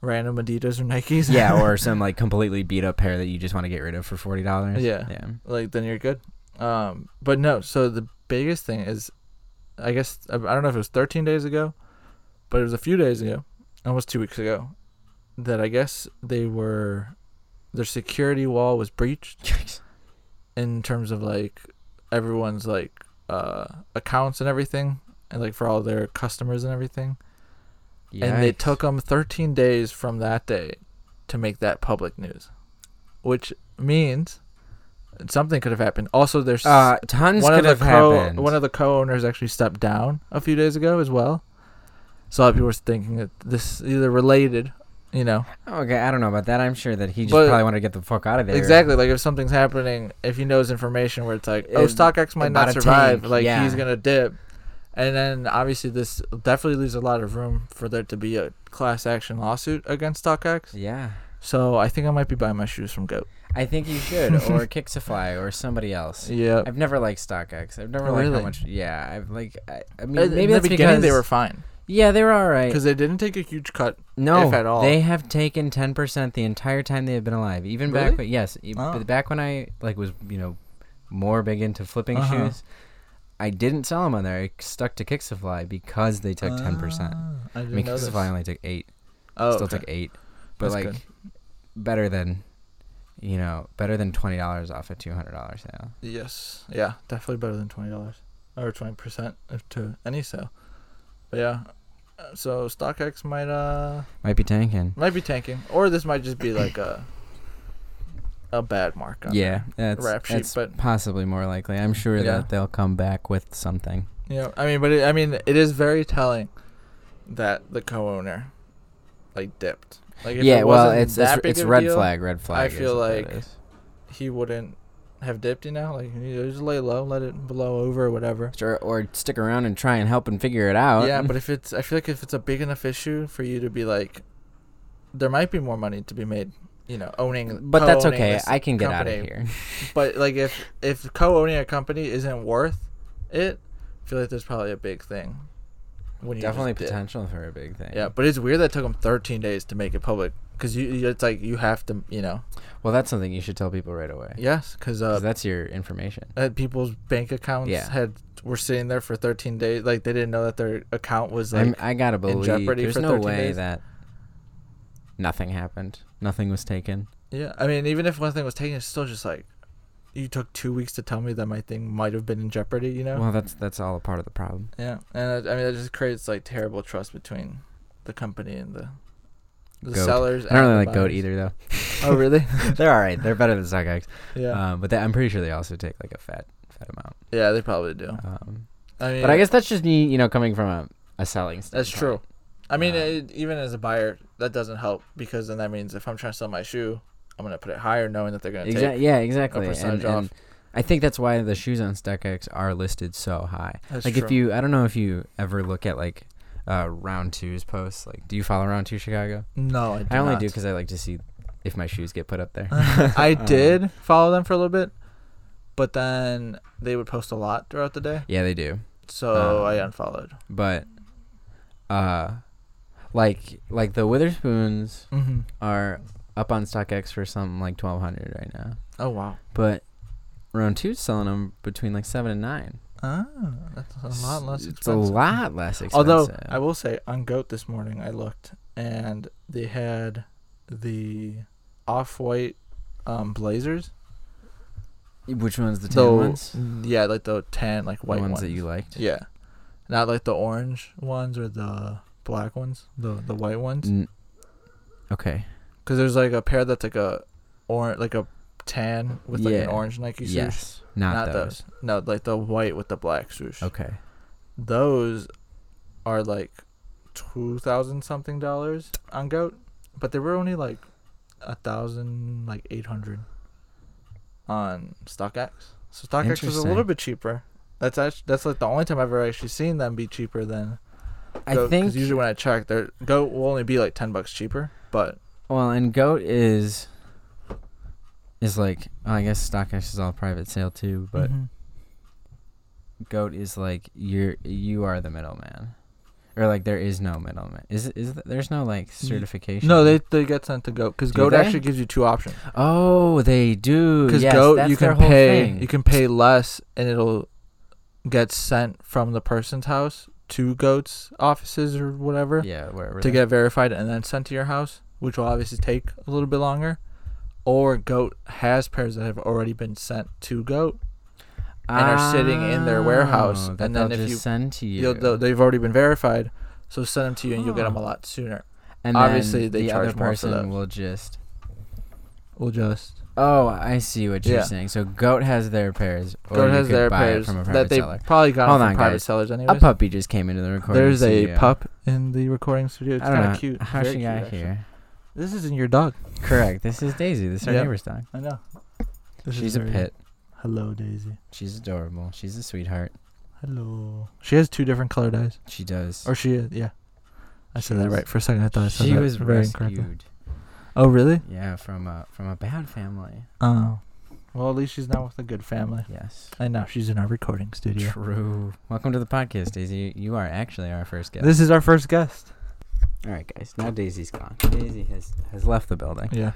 [SPEAKER 2] random Adidas or Nikes.
[SPEAKER 1] yeah, or some like completely beat up pair that you just want to get rid of for forty dollars.
[SPEAKER 2] Yeah.
[SPEAKER 1] yeah,
[SPEAKER 2] like then you're good. Um, but no. So the biggest thing is, I guess I I don't know if it was 13 days ago, but it was a few days ago, almost two weeks ago, that I guess they were, their security wall was breached in terms of like everyone's like uh accounts and everything, and like for all their customers and everything. And they
[SPEAKER 1] Yikes.
[SPEAKER 2] took them 13 days from that day to make that public news, which means something could have happened. Also, there's
[SPEAKER 1] uh, tons
[SPEAKER 2] one of
[SPEAKER 1] could
[SPEAKER 2] the
[SPEAKER 1] have
[SPEAKER 2] co
[SPEAKER 1] happened.
[SPEAKER 2] one of the co-owners actually stepped down a few days ago as well. So a lot of people were thinking that this is either related, you know,
[SPEAKER 1] okay, I don't know about that. I'm sure that he just
[SPEAKER 2] But-
[SPEAKER 1] probably wanted to get the fuck out of there.
[SPEAKER 2] exactly like if something's happening, if he knows information where it's like, oh,
[SPEAKER 1] It-
[SPEAKER 2] StockX might
[SPEAKER 1] about
[SPEAKER 2] not
[SPEAKER 1] a
[SPEAKER 2] survive,
[SPEAKER 1] tank,
[SPEAKER 2] like
[SPEAKER 1] yeah.
[SPEAKER 2] he's gonna dip, and then obviously this definitely leaves a lot of room for there to be a class action lawsuit against StockX.
[SPEAKER 1] Yeah,
[SPEAKER 2] So I think I might be buying my shoes from Goat.
[SPEAKER 1] I think you should, or Kixify, or somebody else.
[SPEAKER 2] Yeah.
[SPEAKER 1] I've never liked StockX. I've never
[SPEAKER 2] Oh,
[SPEAKER 1] liked
[SPEAKER 2] really?
[SPEAKER 1] how much. Yeah, I've like. I, I mean,
[SPEAKER 2] Maybe in
[SPEAKER 1] maybe
[SPEAKER 2] the
[SPEAKER 1] that's
[SPEAKER 2] beginning
[SPEAKER 1] because
[SPEAKER 2] they were fine
[SPEAKER 1] Yeah, they were all right.
[SPEAKER 2] because they didn't take a huge cut.
[SPEAKER 1] No,
[SPEAKER 2] if at all.
[SPEAKER 1] they have taken ten percent the entire time they have been alive. Even
[SPEAKER 2] Really?
[SPEAKER 1] back, when, yes, e-
[SPEAKER 2] Oh.
[SPEAKER 1] but back when I like was you know more big into flipping
[SPEAKER 2] Uh-huh.
[SPEAKER 1] shoes, I didn't sell them on there. I stuck to Kixify because they took ten percent.
[SPEAKER 2] Ah, I
[SPEAKER 1] I
[SPEAKER 2] didn't
[SPEAKER 1] mean,
[SPEAKER 2] know this.
[SPEAKER 1] Kixify only took eight.
[SPEAKER 2] Oh,
[SPEAKER 1] Still
[SPEAKER 2] okay.
[SPEAKER 1] took eight, but
[SPEAKER 2] That's
[SPEAKER 1] like
[SPEAKER 2] good.
[SPEAKER 1] better than you know better than twenty dollars off a two hundred dollars sale.
[SPEAKER 2] Yes. Yeah. Definitely better than twenty dollars or twenty percent to any sale. But yeah. uh, So StockX might uh
[SPEAKER 1] Might be tanking.
[SPEAKER 2] might be tanking, or this might just be like a a bad mark. On
[SPEAKER 1] Yeah, that's,
[SPEAKER 2] Rap sheet,
[SPEAKER 1] that's
[SPEAKER 2] but-
[SPEAKER 1] possibly more likely. I'm sure
[SPEAKER 2] Yeah.
[SPEAKER 1] that they'll come back with something.
[SPEAKER 2] You know, I mean, but it, I mean, it is very telling that the co-owner like dipped. Like, if
[SPEAKER 1] yeah,
[SPEAKER 2] it
[SPEAKER 1] well,
[SPEAKER 2] wasn't
[SPEAKER 1] it's
[SPEAKER 2] that
[SPEAKER 1] it's,
[SPEAKER 2] big
[SPEAKER 1] it's
[SPEAKER 2] of a
[SPEAKER 1] red
[SPEAKER 2] deal,
[SPEAKER 1] flag. Red flag. is
[SPEAKER 2] feel
[SPEAKER 1] what that
[SPEAKER 2] like-
[SPEAKER 1] is.
[SPEAKER 2] He wouldn't have dipped. You know, like you know, just lay low, let it blow over or whatever.
[SPEAKER 1] or, or stick around and try and help and figure it out.
[SPEAKER 2] Yeah, but if it's, I feel like if it's a big enough issue for you to be like, there might be more money to be made. You know, owning.
[SPEAKER 1] but that's
[SPEAKER 2] co-owning
[SPEAKER 1] okay.
[SPEAKER 2] this
[SPEAKER 1] I can get out of
[SPEAKER 2] company.
[SPEAKER 1] here.
[SPEAKER 2] But like, if if co-owning a company isn't worth it, I feel like there's probably a big thing. When you just
[SPEAKER 1] Definitely
[SPEAKER 2] did.
[SPEAKER 1] potential for a big thing.
[SPEAKER 2] Yeah, but it's weird that it took them 13 days to make it public because you you- it's like you have to you know
[SPEAKER 1] Well, that's something you should tell people right away.
[SPEAKER 2] yes because uh,
[SPEAKER 1] 'Cause that's your information.
[SPEAKER 2] uh, people's bank accounts
[SPEAKER 1] Yeah.
[SPEAKER 2] had were sitting there for 13 days like they didn't know that their account was like
[SPEAKER 1] I'm, I gotta believe
[SPEAKER 2] jeopardy
[SPEAKER 1] there's
[SPEAKER 2] for
[SPEAKER 1] no
[SPEAKER 2] 13
[SPEAKER 1] way
[SPEAKER 2] days.
[SPEAKER 1] that nothing happened. Nothing was taken.
[SPEAKER 2] yeah I mean even if one thing was taken it's still just like you took two weeks to tell me that my thing might have been in jeopardy you know
[SPEAKER 1] Well, that's that's all a part of the problem.
[SPEAKER 2] yeah and I, I mean that just creates like terrible trust between the company and the the
[SPEAKER 1] Goat.
[SPEAKER 2] sellers
[SPEAKER 1] I don't
[SPEAKER 2] and
[SPEAKER 1] really
[SPEAKER 2] the
[SPEAKER 1] like goat
[SPEAKER 2] buyers.
[SPEAKER 1] either, though.
[SPEAKER 2] oh really
[SPEAKER 1] They're all right. They're better than sock eggs.
[SPEAKER 2] yeah
[SPEAKER 1] Um, but they, I'm pretty sure they also take like a fat fat amount.
[SPEAKER 2] yeah they probably do
[SPEAKER 1] Um,
[SPEAKER 2] I mean
[SPEAKER 1] But I guess that's just me, you know, coming from a, a selling.
[SPEAKER 2] That's
[SPEAKER 1] standpoint.
[SPEAKER 2] true. I mean,
[SPEAKER 1] Um,
[SPEAKER 2] it, even as a buyer, that doesn't help because then that means if I'm trying to sell my shoe, I'm gonna put it higher, knowing that they're gonna take.
[SPEAKER 1] Exactly. Yeah, exactly. And,
[SPEAKER 2] percentage off.
[SPEAKER 1] and I think that's why the shoes on StockX are listed so high.
[SPEAKER 2] That's
[SPEAKER 1] like if
[SPEAKER 2] true.
[SPEAKER 1] you, I don't know if you ever look at like uh, round two's posts. Like, do you follow round two Chicago?
[SPEAKER 2] No, I, do
[SPEAKER 1] I only
[SPEAKER 2] not.
[SPEAKER 1] do because I like to see if my shoes get put up there.
[SPEAKER 2] I
[SPEAKER 1] Um,
[SPEAKER 2] did follow them for a little bit, but then they would post a lot throughout the day,
[SPEAKER 1] Yeah, they do.
[SPEAKER 2] so
[SPEAKER 1] Um,
[SPEAKER 2] I unfollowed.
[SPEAKER 1] But, uh, like like the Witherspoons
[SPEAKER 2] Mm-hmm.
[SPEAKER 1] are up on StockX for something like twelve hundred right now.
[SPEAKER 2] Oh wow.
[SPEAKER 1] But round two's selling them between like seven and nine.
[SPEAKER 2] Oh, that's a lot less.
[SPEAKER 1] Ah, It's a
[SPEAKER 2] expensive.
[SPEAKER 1] lot less expensive.
[SPEAKER 2] Although I will say on Goat this morning I looked and they had the off-white um, blazers.
[SPEAKER 1] which one's the
[SPEAKER 2] the
[SPEAKER 1] tan ones?
[SPEAKER 2] yeah, like the tan, like white
[SPEAKER 1] the ones,
[SPEAKER 2] ones.
[SPEAKER 1] that you liked.
[SPEAKER 2] yeah, not like the orange ones or the black ones, the the white ones.
[SPEAKER 1] N- okay.
[SPEAKER 2] Because there's like a pair that's like a orange, like a tan with like
[SPEAKER 1] Yeah.
[SPEAKER 2] an orange Nike swoosh.
[SPEAKER 1] Yes. Not, those.
[SPEAKER 2] No, like the white with the black swoosh.
[SPEAKER 1] Okay.
[SPEAKER 2] Those are like two thousand something dollars on Goat, but they were only like a thousand, like eight hundred on StockX. So StockX was a little
[SPEAKER 1] Interesting.
[SPEAKER 2] bit cheaper. That's actually that's like the only time I've ever actually seen them be cheaper than
[SPEAKER 1] I
[SPEAKER 2] Goat.
[SPEAKER 1] think.
[SPEAKER 2] usually when I check, their Goat will only be like ten bucks cheaper. But
[SPEAKER 1] well, and goat is. Is like well, I guess StockX is all private sale too, but
[SPEAKER 2] Mm-hmm.
[SPEAKER 1] goat is like you're you are the middleman, or like there is no middleman. Is it- is th- there's no like certification?
[SPEAKER 2] no, they they get sent to Goat because
[SPEAKER 1] Do
[SPEAKER 2] Goat
[SPEAKER 1] they?
[SPEAKER 2] actually gives you two options.
[SPEAKER 1] Oh, they do.
[SPEAKER 2] Because
[SPEAKER 1] yes,
[SPEAKER 2] goat,
[SPEAKER 1] that's
[SPEAKER 2] you
[SPEAKER 1] their
[SPEAKER 2] can
[SPEAKER 1] whole
[SPEAKER 2] pay,
[SPEAKER 1] thing.
[SPEAKER 2] you can pay less, and it'll get sent from the person's house to goat's offices or whatever
[SPEAKER 1] yeah, wherever
[SPEAKER 2] to
[SPEAKER 1] they-
[SPEAKER 2] get verified, and then sent to your house, which will obviously take a little bit longer. Or goat has pairs that have already been sent to goat, and are sitting in their warehouse,
[SPEAKER 1] Oh,
[SPEAKER 2] and
[SPEAKER 1] that
[SPEAKER 2] then
[SPEAKER 1] they'll
[SPEAKER 2] if
[SPEAKER 1] just
[SPEAKER 2] you-
[SPEAKER 1] send to you,
[SPEAKER 2] You'll, they'll- they've already been verified, so send them to you, and you'll get them a
[SPEAKER 1] Oh.
[SPEAKER 2] lot sooner.
[SPEAKER 1] and
[SPEAKER 2] obviously
[SPEAKER 1] then
[SPEAKER 2] they
[SPEAKER 1] the
[SPEAKER 2] charge
[SPEAKER 1] other
[SPEAKER 2] more for
[SPEAKER 1] person
[SPEAKER 2] those.
[SPEAKER 1] will just.
[SPEAKER 2] We'll just
[SPEAKER 1] Oh, I see what you're
[SPEAKER 2] Yeah.
[SPEAKER 1] saying. So goat has their pairs, or
[SPEAKER 2] goat
[SPEAKER 1] you
[SPEAKER 2] has
[SPEAKER 1] could
[SPEAKER 2] their
[SPEAKER 1] buy
[SPEAKER 2] pairs
[SPEAKER 1] it from a
[SPEAKER 2] that
[SPEAKER 1] private
[SPEAKER 2] they
[SPEAKER 1] seller.
[SPEAKER 2] probably got
[SPEAKER 1] Hold
[SPEAKER 2] from
[SPEAKER 1] on,
[SPEAKER 2] private
[SPEAKER 1] guys.
[SPEAKER 2] sellers
[SPEAKER 1] A
[SPEAKER 2] anyway.
[SPEAKER 1] puppy just came into the recording.
[SPEAKER 2] There's
[SPEAKER 1] studio.
[SPEAKER 2] a pup in the recording studio. It's
[SPEAKER 1] I don't
[SPEAKER 2] kind
[SPEAKER 1] know
[SPEAKER 2] of cute.
[SPEAKER 1] How
[SPEAKER 2] Very
[SPEAKER 1] she
[SPEAKER 2] cute,
[SPEAKER 1] got
[SPEAKER 2] actually.
[SPEAKER 1] here?
[SPEAKER 2] This isn't your dog.
[SPEAKER 1] Correct. This is Daisy. This is our
[SPEAKER 2] Yeah.
[SPEAKER 1] neighbor's dog.
[SPEAKER 2] I know.
[SPEAKER 1] She's a pit.
[SPEAKER 2] Hello, Daisy.
[SPEAKER 1] She's adorable. She's a sweetheart.
[SPEAKER 2] Hello. She has two different colored eyes.
[SPEAKER 1] She does.
[SPEAKER 2] Or she is, yeah. I
[SPEAKER 1] She
[SPEAKER 2] said that
[SPEAKER 1] was-
[SPEAKER 2] right for a second. I thought I said
[SPEAKER 1] she
[SPEAKER 2] that
[SPEAKER 1] was
[SPEAKER 2] very incorrectly.
[SPEAKER 1] rescued.
[SPEAKER 2] Oh, really?
[SPEAKER 1] Yeah, from a from a bad family.
[SPEAKER 2] Oh. Well, at least she's not with a good family.
[SPEAKER 1] Yes.
[SPEAKER 2] And now she's in our recording studio.
[SPEAKER 1] True. Welcome to the podcast, Daisy. You are actually our first guest.
[SPEAKER 2] This is our first guest.
[SPEAKER 1] All right, guys. Now Daisy's gone. Daisy has has left the building.
[SPEAKER 2] Yeah.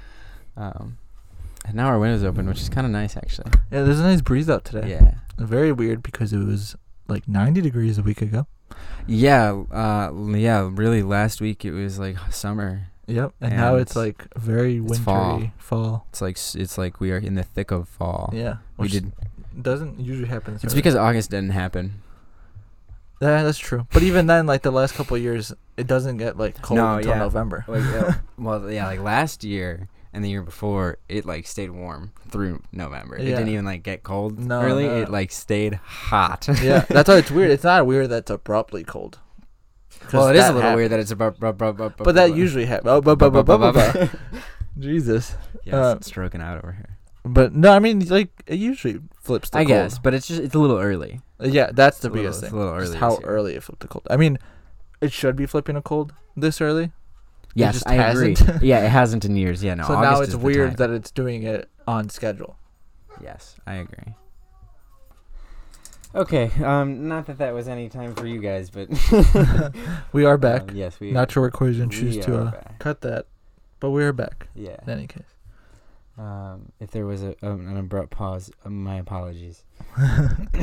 [SPEAKER 1] Um, and now our window's open, which is kind of nice, actually.
[SPEAKER 2] Yeah, there's a nice breeze out today.
[SPEAKER 1] Yeah.
[SPEAKER 2] Very weird because it was like 90 degrees a week ago.
[SPEAKER 1] Yeah. Uh, l- yeah. Really, last week it was like summer.
[SPEAKER 2] Yep. And,
[SPEAKER 1] And
[SPEAKER 2] now
[SPEAKER 1] it's-
[SPEAKER 2] it's like very
[SPEAKER 1] it's
[SPEAKER 2] wintry
[SPEAKER 1] fall.
[SPEAKER 2] fall.
[SPEAKER 1] It's like s- it's like we are in the thick of fall.
[SPEAKER 2] Yeah.
[SPEAKER 1] We
[SPEAKER 2] which
[SPEAKER 1] did.
[SPEAKER 2] Doesn't usually happen. this
[SPEAKER 1] It's
[SPEAKER 2] early.
[SPEAKER 1] because August didn't happen.
[SPEAKER 2] Yeah, that's true. But even then, like the last couple of years, it doesn't get like cold
[SPEAKER 1] No,
[SPEAKER 2] until
[SPEAKER 1] yeah.
[SPEAKER 2] November.
[SPEAKER 1] Like, uh, well, yeah. Like last year and the year before, it like stayed warm through November. It
[SPEAKER 2] Yeah.
[SPEAKER 1] didn't even like get cold
[SPEAKER 2] No,
[SPEAKER 1] early.
[SPEAKER 2] no.
[SPEAKER 1] It like stayed hot.
[SPEAKER 2] yeah, that's why it's weird. It's not weird that's abruptly cold. 'Cause
[SPEAKER 1] well, it is a
[SPEAKER 2] that
[SPEAKER 1] little weird that
[SPEAKER 2] happens.
[SPEAKER 1] it's about. bu- bu- bu- bu-
[SPEAKER 2] But that
[SPEAKER 1] bu-
[SPEAKER 2] usually happens. Oh, bu- bu- bu- bu- bu- bu- Jesus.
[SPEAKER 1] Yes,
[SPEAKER 2] Uh,
[SPEAKER 1] stroking out over here.
[SPEAKER 2] But no, I mean, like it usually flips. To
[SPEAKER 1] I
[SPEAKER 2] cold. Uh,
[SPEAKER 1] guess, but it's just it's a little early.
[SPEAKER 2] Yeah, that's
[SPEAKER 1] It's a
[SPEAKER 2] the
[SPEAKER 1] little-
[SPEAKER 2] biggest
[SPEAKER 1] it's a
[SPEAKER 2] thing.
[SPEAKER 1] little
[SPEAKER 2] just
[SPEAKER 1] early
[SPEAKER 2] how
[SPEAKER 1] this year.
[SPEAKER 2] early it flipped to cold. I mean, it should be flipping to cold this early.
[SPEAKER 1] Yes,
[SPEAKER 2] just
[SPEAKER 1] I agree.
[SPEAKER 2] hasn't.
[SPEAKER 1] yeah, it hasn't in years. Yeah, no.
[SPEAKER 2] so
[SPEAKER 1] August
[SPEAKER 2] now
[SPEAKER 1] is the
[SPEAKER 2] it's weird
[SPEAKER 1] time.
[SPEAKER 2] that it's doing it on schedule.
[SPEAKER 1] Yes, I agree. Okay, um, not that that was any time for you guys, but
[SPEAKER 2] We are back.
[SPEAKER 1] Um, yes, we
[SPEAKER 2] Natural recording
[SPEAKER 1] we
[SPEAKER 2] choose to
[SPEAKER 1] are
[SPEAKER 2] uh,
[SPEAKER 1] back.
[SPEAKER 2] cut that But we're back.
[SPEAKER 1] Yeah.
[SPEAKER 2] In any case.
[SPEAKER 1] Um, if there was a, um, an abrupt pause, uh, my apologies.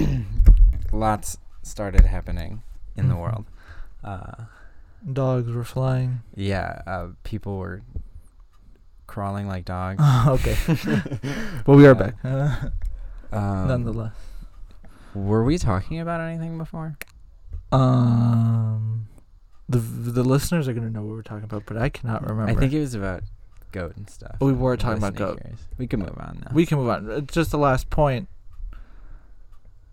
[SPEAKER 1] Lots started happening in the
[SPEAKER 2] Mhm.
[SPEAKER 1] world. Uh,
[SPEAKER 2] Dogs were flying.
[SPEAKER 1] yeah, uh, people were crawling like dogs.
[SPEAKER 2] okay. But we are
[SPEAKER 1] Uh,
[SPEAKER 2] back.
[SPEAKER 1] Um,
[SPEAKER 2] Nonetheless.
[SPEAKER 1] Were we talking about anything before?
[SPEAKER 2] Um the the listeners are going to know what we're talking about, but I cannot remember.
[SPEAKER 1] I think it was about goat and stuff.
[SPEAKER 2] We
[SPEAKER 1] and
[SPEAKER 2] were talking about
[SPEAKER 1] listening
[SPEAKER 2] goat.
[SPEAKER 1] ears. We can move on now.
[SPEAKER 2] we can move on. Uh, Just the last point.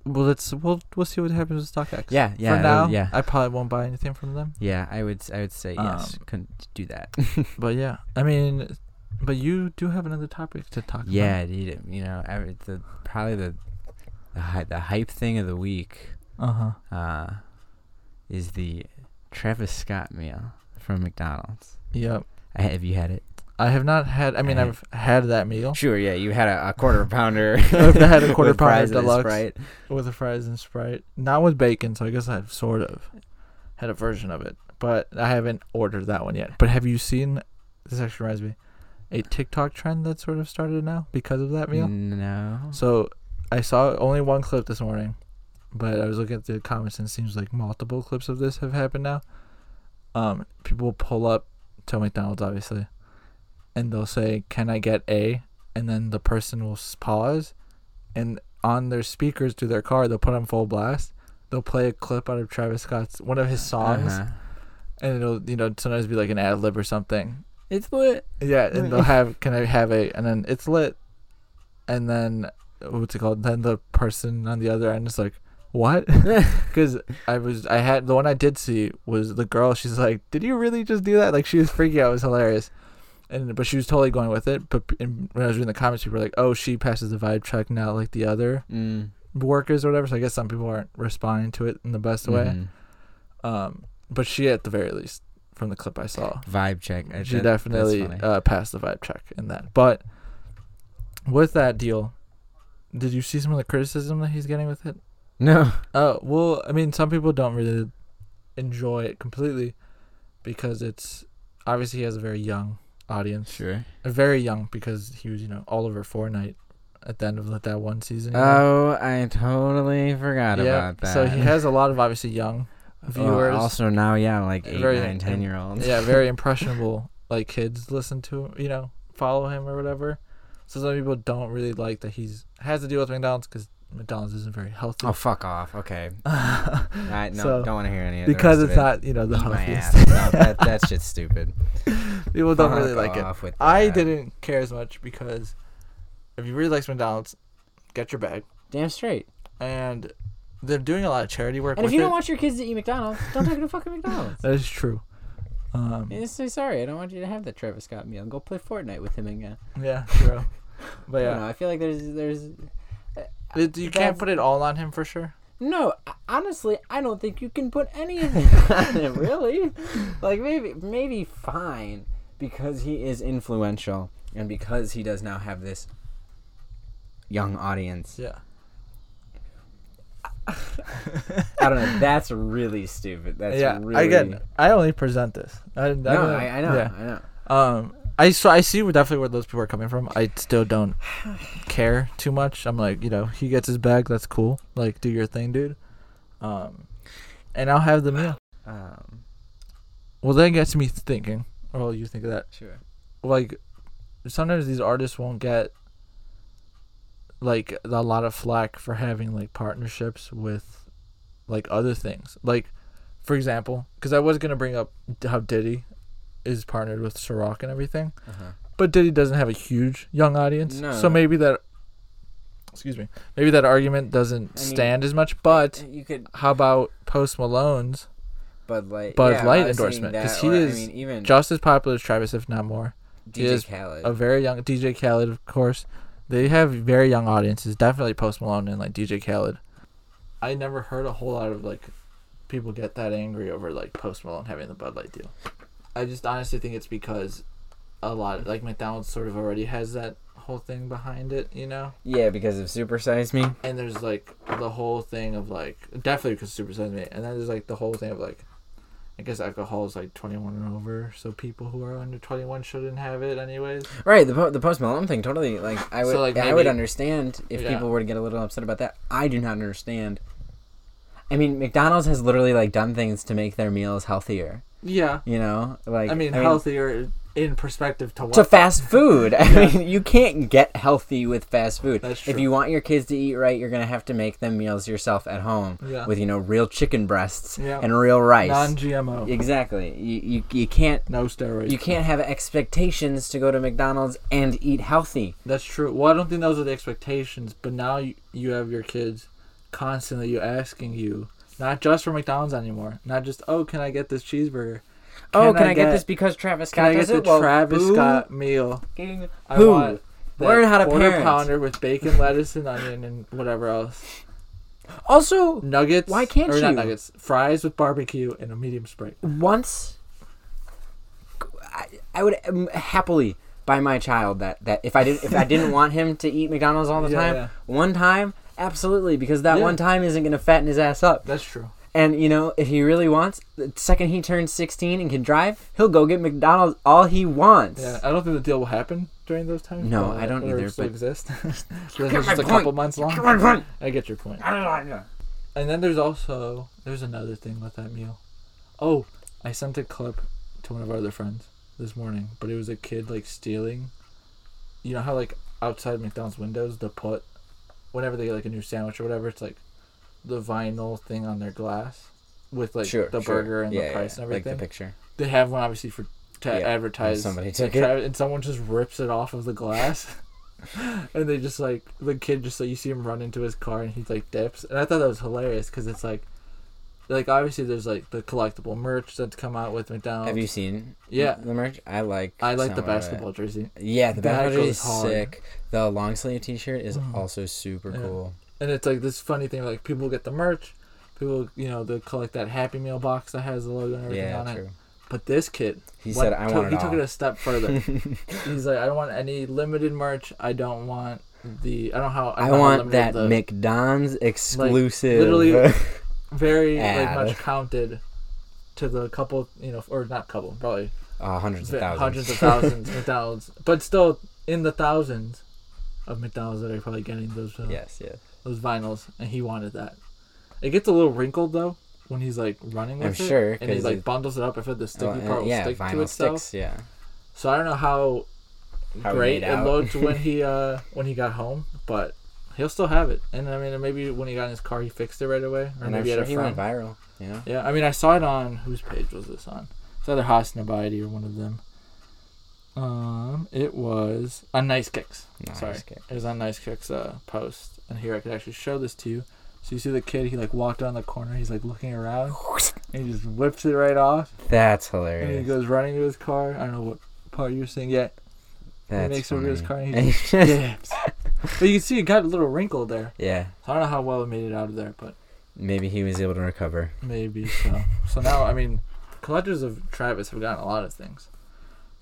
[SPEAKER 2] Well, let's we'll we'll see what happens with StockX.
[SPEAKER 1] yeah, yeah,
[SPEAKER 2] For
[SPEAKER 1] uh,
[SPEAKER 2] now,
[SPEAKER 1] yeah,
[SPEAKER 2] I probably won't buy anything from them.
[SPEAKER 1] yeah. I would, s- I would say yes.
[SPEAKER 2] Um,
[SPEAKER 1] Couldn't do that.
[SPEAKER 2] But yeah, I mean, but you do have another topic to talk
[SPEAKER 1] yeah, I need it. You know, I, would- the probably the the, hy- the hype thing of the week
[SPEAKER 2] about. Uh huh.
[SPEAKER 1] uh, is the Travis Scott meal from McDonald's.
[SPEAKER 2] Yep.
[SPEAKER 1] I, have you had it?
[SPEAKER 2] I have not had. I mean,
[SPEAKER 1] I-
[SPEAKER 2] I've had that meal
[SPEAKER 1] Sure. Yeah, you had a, a quarter pounder.
[SPEAKER 2] I've had a quarter
[SPEAKER 1] with
[SPEAKER 2] pounder
[SPEAKER 1] fries and a
[SPEAKER 2] deluxe.
[SPEAKER 1] Sprite.
[SPEAKER 2] with the fries and Sprite, not with bacon. So I guess I've sort of had a version of it, but I haven't ordered that one yet. But have you seen? This actually reminds me, a TikTok trend that sort of started now because of that meal.
[SPEAKER 1] No.
[SPEAKER 2] So I saw only one clip this morning, but I was looking at the comments and it seems like multiple clips of this have happened now. Um, people will pull up to McDonald's obviously, and they'll say, "Can I get a?" And then the person will s- pause, and on their speakers to their car, they'll put on full blast. They'll play a clip out of Travis Scott's one of his songs,
[SPEAKER 1] Uh-huh.
[SPEAKER 2] and it'll you know sometimes be like an ad lib or something,
[SPEAKER 1] It's lit.
[SPEAKER 2] yeah, and they'll have can I have a and then it's lit, and then what's it called? Then the person on the other end is like, "What?" Because I was I had the one I did see was the girl. She's like, "Did you really just do that?" Like she was freaking out. It was hilarious, and but she was totally going with it. But p- and when I was reading the comments, people were like, "Oh, she passes the vibe check, not like the other
[SPEAKER 1] Mm.
[SPEAKER 2] workers or whatever." So I guess some people aren't responding to it in the best way.
[SPEAKER 1] Mhm.
[SPEAKER 2] Um, but she at the very least, from the clip I saw,
[SPEAKER 1] Vibe check. I-
[SPEAKER 2] she
[SPEAKER 1] that- that's
[SPEAKER 2] definitely
[SPEAKER 1] funny.
[SPEAKER 2] uh, passed the vibe check in that. But with that deal, did you see some of the criticism that he's getting with it?
[SPEAKER 1] no.
[SPEAKER 2] Uh, well, I mean, some people don't really enjoy it completely because it's obviously he has a very young audience,
[SPEAKER 1] Sure.
[SPEAKER 2] very young because he was you know Oliver Fortnite at the end of like, that one season. you
[SPEAKER 1] Oh,
[SPEAKER 2] know?
[SPEAKER 1] I totally forgot about that.
[SPEAKER 2] So he has a lot of obviously young
[SPEAKER 1] Well,
[SPEAKER 2] viewers.
[SPEAKER 1] Uh, also now, yeah, like eight,
[SPEAKER 2] Very-
[SPEAKER 1] nine, ten year olds.
[SPEAKER 2] yeah, very impressionable. Like kids listen to you know follow him or whatever. So some people don't really like that he's has to deal with McDonald's because McDonald's isn't very healthy.
[SPEAKER 1] Oh fuck off. Okay. I no,
[SPEAKER 2] So,
[SPEAKER 1] don't want to hear any of the
[SPEAKER 2] because
[SPEAKER 1] rest of
[SPEAKER 2] it's
[SPEAKER 1] it.
[SPEAKER 2] not Oh, you know the
[SPEAKER 1] Eat my ass.
[SPEAKER 2] healthiest.
[SPEAKER 1] no, that that's just stupid.
[SPEAKER 2] people don't really
[SPEAKER 1] Fuck
[SPEAKER 2] like it.
[SPEAKER 1] off with
[SPEAKER 2] I
[SPEAKER 1] that.
[SPEAKER 2] didn't care as much because if you really like McDonald's, get your bag.
[SPEAKER 1] Damn straight.
[SPEAKER 2] And they're doing a lot of charity work.
[SPEAKER 1] And if
[SPEAKER 2] with
[SPEAKER 1] you
[SPEAKER 2] it.
[SPEAKER 1] don't want your kids to eat McDonald's, don't take them to fucking McDonald's.
[SPEAKER 2] that is true. Um,
[SPEAKER 1] And just say sorry. I don't want you to have that Travis Scott meal. Go play Fortnite with him again.
[SPEAKER 2] yeah, true. But
[SPEAKER 1] I don't
[SPEAKER 2] yeah,
[SPEAKER 1] know, I feel like there's there's
[SPEAKER 2] It- you
[SPEAKER 1] That's-
[SPEAKER 2] can't put it all on him for sure.
[SPEAKER 1] No, I- honestly, I don't think you can put anything on him, really. Like maybe maybe fine because he is influential and because he does now have this young audience.
[SPEAKER 2] Yeah.
[SPEAKER 1] I don't know. That's really stupid. That's
[SPEAKER 2] yeah,
[SPEAKER 1] really
[SPEAKER 2] again, I only present this. I,
[SPEAKER 1] No,
[SPEAKER 2] I don't-
[SPEAKER 1] I, I know.
[SPEAKER 2] Yeah.
[SPEAKER 1] I know.
[SPEAKER 2] Um, I so I see where- definitely where those people are coming from. I still don't care too much. I'm like, you know, he gets his bag. That's cool. Like, do your thing, dude. Um, and I'll have the meal.
[SPEAKER 1] Um,
[SPEAKER 2] Well, that gets me thinking. Well, you think of that.
[SPEAKER 1] sure.
[SPEAKER 2] Like, sometimes these artists won't get like a lot of flack for having like partnerships with like other things. Like, for example, because I was gonna bring up how Diddy is partnered with Ciroc and everything.
[SPEAKER 1] Uh-huh.
[SPEAKER 2] but Diddy doesn't have a huge young audience.
[SPEAKER 1] No.
[SPEAKER 2] So maybe that excuse me. Maybe that argument doesn't
[SPEAKER 1] I mean-
[SPEAKER 2] stand as much, but
[SPEAKER 1] You could
[SPEAKER 2] how about Post Malone's
[SPEAKER 1] Bud Light.
[SPEAKER 2] Bud
[SPEAKER 1] yeah,
[SPEAKER 2] Light
[SPEAKER 1] I was thinking
[SPEAKER 2] endorsement,
[SPEAKER 1] that,
[SPEAKER 2] 'cause he
[SPEAKER 1] or, I
[SPEAKER 2] is
[SPEAKER 1] mean, even
[SPEAKER 2] just as popular as Travis if not more. he
[SPEAKER 1] DJ
[SPEAKER 2] is
[SPEAKER 1] Khaled.
[SPEAKER 2] A very young DJ Khaled of course. They have very young audiences, definitely Post Malone and like DJ Khaled. I never heard a whole lot of like people get that angry over like Post Malone having the Bud Light deal. I just honestly think it's because a lot like McDonald's sort of already has that whole thing behind it, you know?
[SPEAKER 1] yeah, because of Super Size Me.
[SPEAKER 2] and there's like the whole thing of like definitely because Super Size Me, and then there's like the whole thing of like I guess alcohol is like 21 and over, so people who are under 21 shouldn't have it anyways.
[SPEAKER 1] Right, the po- the Post Malone thing totally like I
[SPEAKER 2] So,
[SPEAKER 1] would
[SPEAKER 2] like,
[SPEAKER 1] I would
[SPEAKER 2] maybe-
[SPEAKER 1] understand if
[SPEAKER 2] Yeah.
[SPEAKER 1] people were to get a little upset about that. I do not understand. I mean, McDonald's has literally like done things to make their meals healthier.
[SPEAKER 2] Yeah.
[SPEAKER 1] You know, like
[SPEAKER 2] I mean, healthier in perspective to what?
[SPEAKER 1] to fast food. I mean, you can't get healthy with fast food.
[SPEAKER 2] That's
[SPEAKER 1] If
[SPEAKER 2] true.
[SPEAKER 1] you want your kids to eat right, you're gonna have to make them meals yourself at home
[SPEAKER 2] Yeah.
[SPEAKER 1] with you know real chicken breasts
[SPEAKER 2] Yeah.
[SPEAKER 1] and real rice.
[SPEAKER 2] Non-GMO.
[SPEAKER 1] exactly. You, you you can't
[SPEAKER 2] No steroids.
[SPEAKER 1] you can't have expectations to go to McDonald's and eat healthy.
[SPEAKER 2] That's true. Well, I don't think those are the expectations, but now you, you have your kids constantly you asking you not just for McDonald's anymore, not just oh can I get this cheeseburger,
[SPEAKER 1] oh,
[SPEAKER 2] Can
[SPEAKER 1] can I,
[SPEAKER 2] I
[SPEAKER 1] get,
[SPEAKER 2] get-
[SPEAKER 1] this because Travis
[SPEAKER 2] can
[SPEAKER 1] Scott
[SPEAKER 2] I get
[SPEAKER 1] does
[SPEAKER 2] the
[SPEAKER 1] it? Well,
[SPEAKER 2] Travis
[SPEAKER 1] boo.
[SPEAKER 2] Scott meal? I
[SPEAKER 1] Who?
[SPEAKER 2] want that
[SPEAKER 1] Learn how to
[SPEAKER 2] quarter
[SPEAKER 1] parent.
[SPEAKER 2] pounder with bacon, lettuce, and onion, and whatever else.
[SPEAKER 1] Also,
[SPEAKER 2] Nuggets.
[SPEAKER 1] Why can't
[SPEAKER 2] or Not
[SPEAKER 1] you?
[SPEAKER 2] nuggets. Fries with barbecue and a medium sprite.
[SPEAKER 1] once I, I would um, happily buy my child that that if I did if I didn't want him to eat McDonald's all the
[SPEAKER 2] Yeah,
[SPEAKER 1] time,
[SPEAKER 2] yeah.
[SPEAKER 1] one time absolutely because that
[SPEAKER 2] Yeah.
[SPEAKER 1] one time isn't going to fatten his ass up.
[SPEAKER 2] That's true.
[SPEAKER 1] And you know, if he really wants, the second he turns 16 and can drive, he'll go get McDonald's all he wants.
[SPEAKER 2] Yeah, I don't think the deal will happen during those times.
[SPEAKER 1] No,
[SPEAKER 2] but,
[SPEAKER 1] I don't
[SPEAKER 2] or
[SPEAKER 1] either,
[SPEAKER 2] Still
[SPEAKER 1] but-
[SPEAKER 2] exist. This is
[SPEAKER 1] my
[SPEAKER 2] just a
[SPEAKER 1] point.
[SPEAKER 2] couple months long.
[SPEAKER 1] Come on, run.
[SPEAKER 2] I get your point.
[SPEAKER 1] I don't know, I don't know.
[SPEAKER 2] And then there's also there's another thing with that meal. Oh, I sent a clip to one of our other friends this morning, but it was a kid like stealing. You know how like outside McDonald's windows they put, whenever they get like a new sandwich or whatever, it's like the vinyl thing on their glass with like
[SPEAKER 1] sure,
[SPEAKER 2] the
[SPEAKER 1] sure.
[SPEAKER 2] burger and
[SPEAKER 1] Yeah,
[SPEAKER 2] the
[SPEAKER 1] yeah,
[SPEAKER 2] price
[SPEAKER 1] yeah.
[SPEAKER 2] and everything.
[SPEAKER 1] Like the picture.
[SPEAKER 2] they have one obviously for to
[SPEAKER 1] Yeah,
[SPEAKER 2] advertise.
[SPEAKER 1] somebody
[SPEAKER 2] to
[SPEAKER 1] took it.
[SPEAKER 2] tra- and someone just rips it off of the glass. and they just like the kid just like you see him run into his car and he's like dips. And I thought that was hilarious because it's like, like obviously there's like the collectible merch that's come out with McDonald's.
[SPEAKER 1] Have you seen?
[SPEAKER 2] Um, Yeah.
[SPEAKER 1] The merch. I like.
[SPEAKER 2] I like the
[SPEAKER 1] some of it.
[SPEAKER 2] basketball jersey.
[SPEAKER 1] Yeah, the
[SPEAKER 2] That
[SPEAKER 1] basketball jersey
[SPEAKER 2] goes
[SPEAKER 1] is
[SPEAKER 2] hard. Oh.
[SPEAKER 1] sick. The long sleeve T-shirt is also super
[SPEAKER 2] Yeah.
[SPEAKER 1] cool.
[SPEAKER 2] and it's like this funny thing like people get the merch. People, you know, they collect that Happy Meal box that has the logo and everything
[SPEAKER 1] Yeah,
[SPEAKER 2] on
[SPEAKER 1] true.
[SPEAKER 2] it. But this kid,
[SPEAKER 1] He
[SPEAKER 2] what-
[SPEAKER 1] said, "I
[SPEAKER 2] took-
[SPEAKER 1] want it
[SPEAKER 2] He took
[SPEAKER 1] all."
[SPEAKER 2] it a step further. He's like, I don't want any limited merch. I don't want the. I don't how.
[SPEAKER 1] I
[SPEAKER 2] don't know how
[SPEAKER 1] want that
[SPEAKER 2] limited the
[SPEAKER 1] McDonald's exclusive."
[SPEAKER 2] literally- very
[SPEAKER 1] ad.
[SPEAKER 2] like much counted to the couple, you know, or not couple, probably
[SPEAKER 1] Oh, hundreds of thousands.
[SPEAKER 2] hundreds of thousands McDonald's, but still in the thousands of McDonald's that are probably getting those uh,
[SPEAKER 1] yes, yes.
[SPEAKER 2] those vinyls, and he wanted that. It gets a little wrinkled though when he's like running with
[SPEAKER 1] I'm
[SPEAKER 2] it,
[SPEAKER 1] sure,
[SPEAKER 2] and he
[SPEAKER 1] 'cause
[SPEAKER 2] like
[SPEAKER 1] it-
[SPEAKER 2] bundles it up. I feel the sticky
[SPEAKER 1] Well, and-
[SPEAKER 2] part will
[SPEAKER 1] yeah,
[SPEAKER 2] stick
[SPEAKER 1] vinyl
[SPEAKER 2] to itself.
[SPEAKER 1] sticks. Yeah.
[SPEAKER 2] So I don't know how
[SPEAKER 1] How it
[SPEAKER 2] great
[SPEAKER 1] made
[SPEAKER 2] it
[SPEAKER 1] out.
[SPEAKER 2] looked when he uh when he got home, but he'll still have it. And I mean, maybe when he got in his car, he fixed it right away, or
[SPEAKER 1] And I'm
[SPEAKER 2] maybe
[SPEAKER 1] sure
[SPEAKER 2] at a
[SPEAKER 1] he
[SPEAKER 2] friend.
[SPEAKER 1] went viral. You know.
[SPEAKER 2] Yeah, I mean, I saw it on whose page was this on? It's either Haas Nabidi or one of them. Um, it was on Nice Kicks.
[SPEAKER 1] Nice
[SPEAKER 2] Sorry,
[SPEAKER 1] Kicks.
[SPEAKER 2] it was on Nice Kicks uh, post, and here I could actually show this to you. So you see the kid? He like walked around the corner. He's like looking around, and he just whips it right off,
[SPEAKER 1] That's
[SPEAKER 2] and he
[SPEAKER 1] hilarious.
[SPEAKER 2] goes running to his car. I don't know what part you're seeing yet.
[SPEAKER 1] That's
[SPEAKER 2] makes
[SPEAKER 1] funny.
[SPEAKER 2] over his car and
[SPEAKER 1] And he just-
[SPEAKER 2] Yeah, but you can see it got a little wrinkled there.
[SPEAKER 1] yeah.
[SPEAKER 2] I don't know how well it made it out of there, but
[SPEAKER 1] Maybe he was able to recover.
[SPEAKER 2] Maybe so. so now, I mean, collectors of Travis have gotten a lot of things.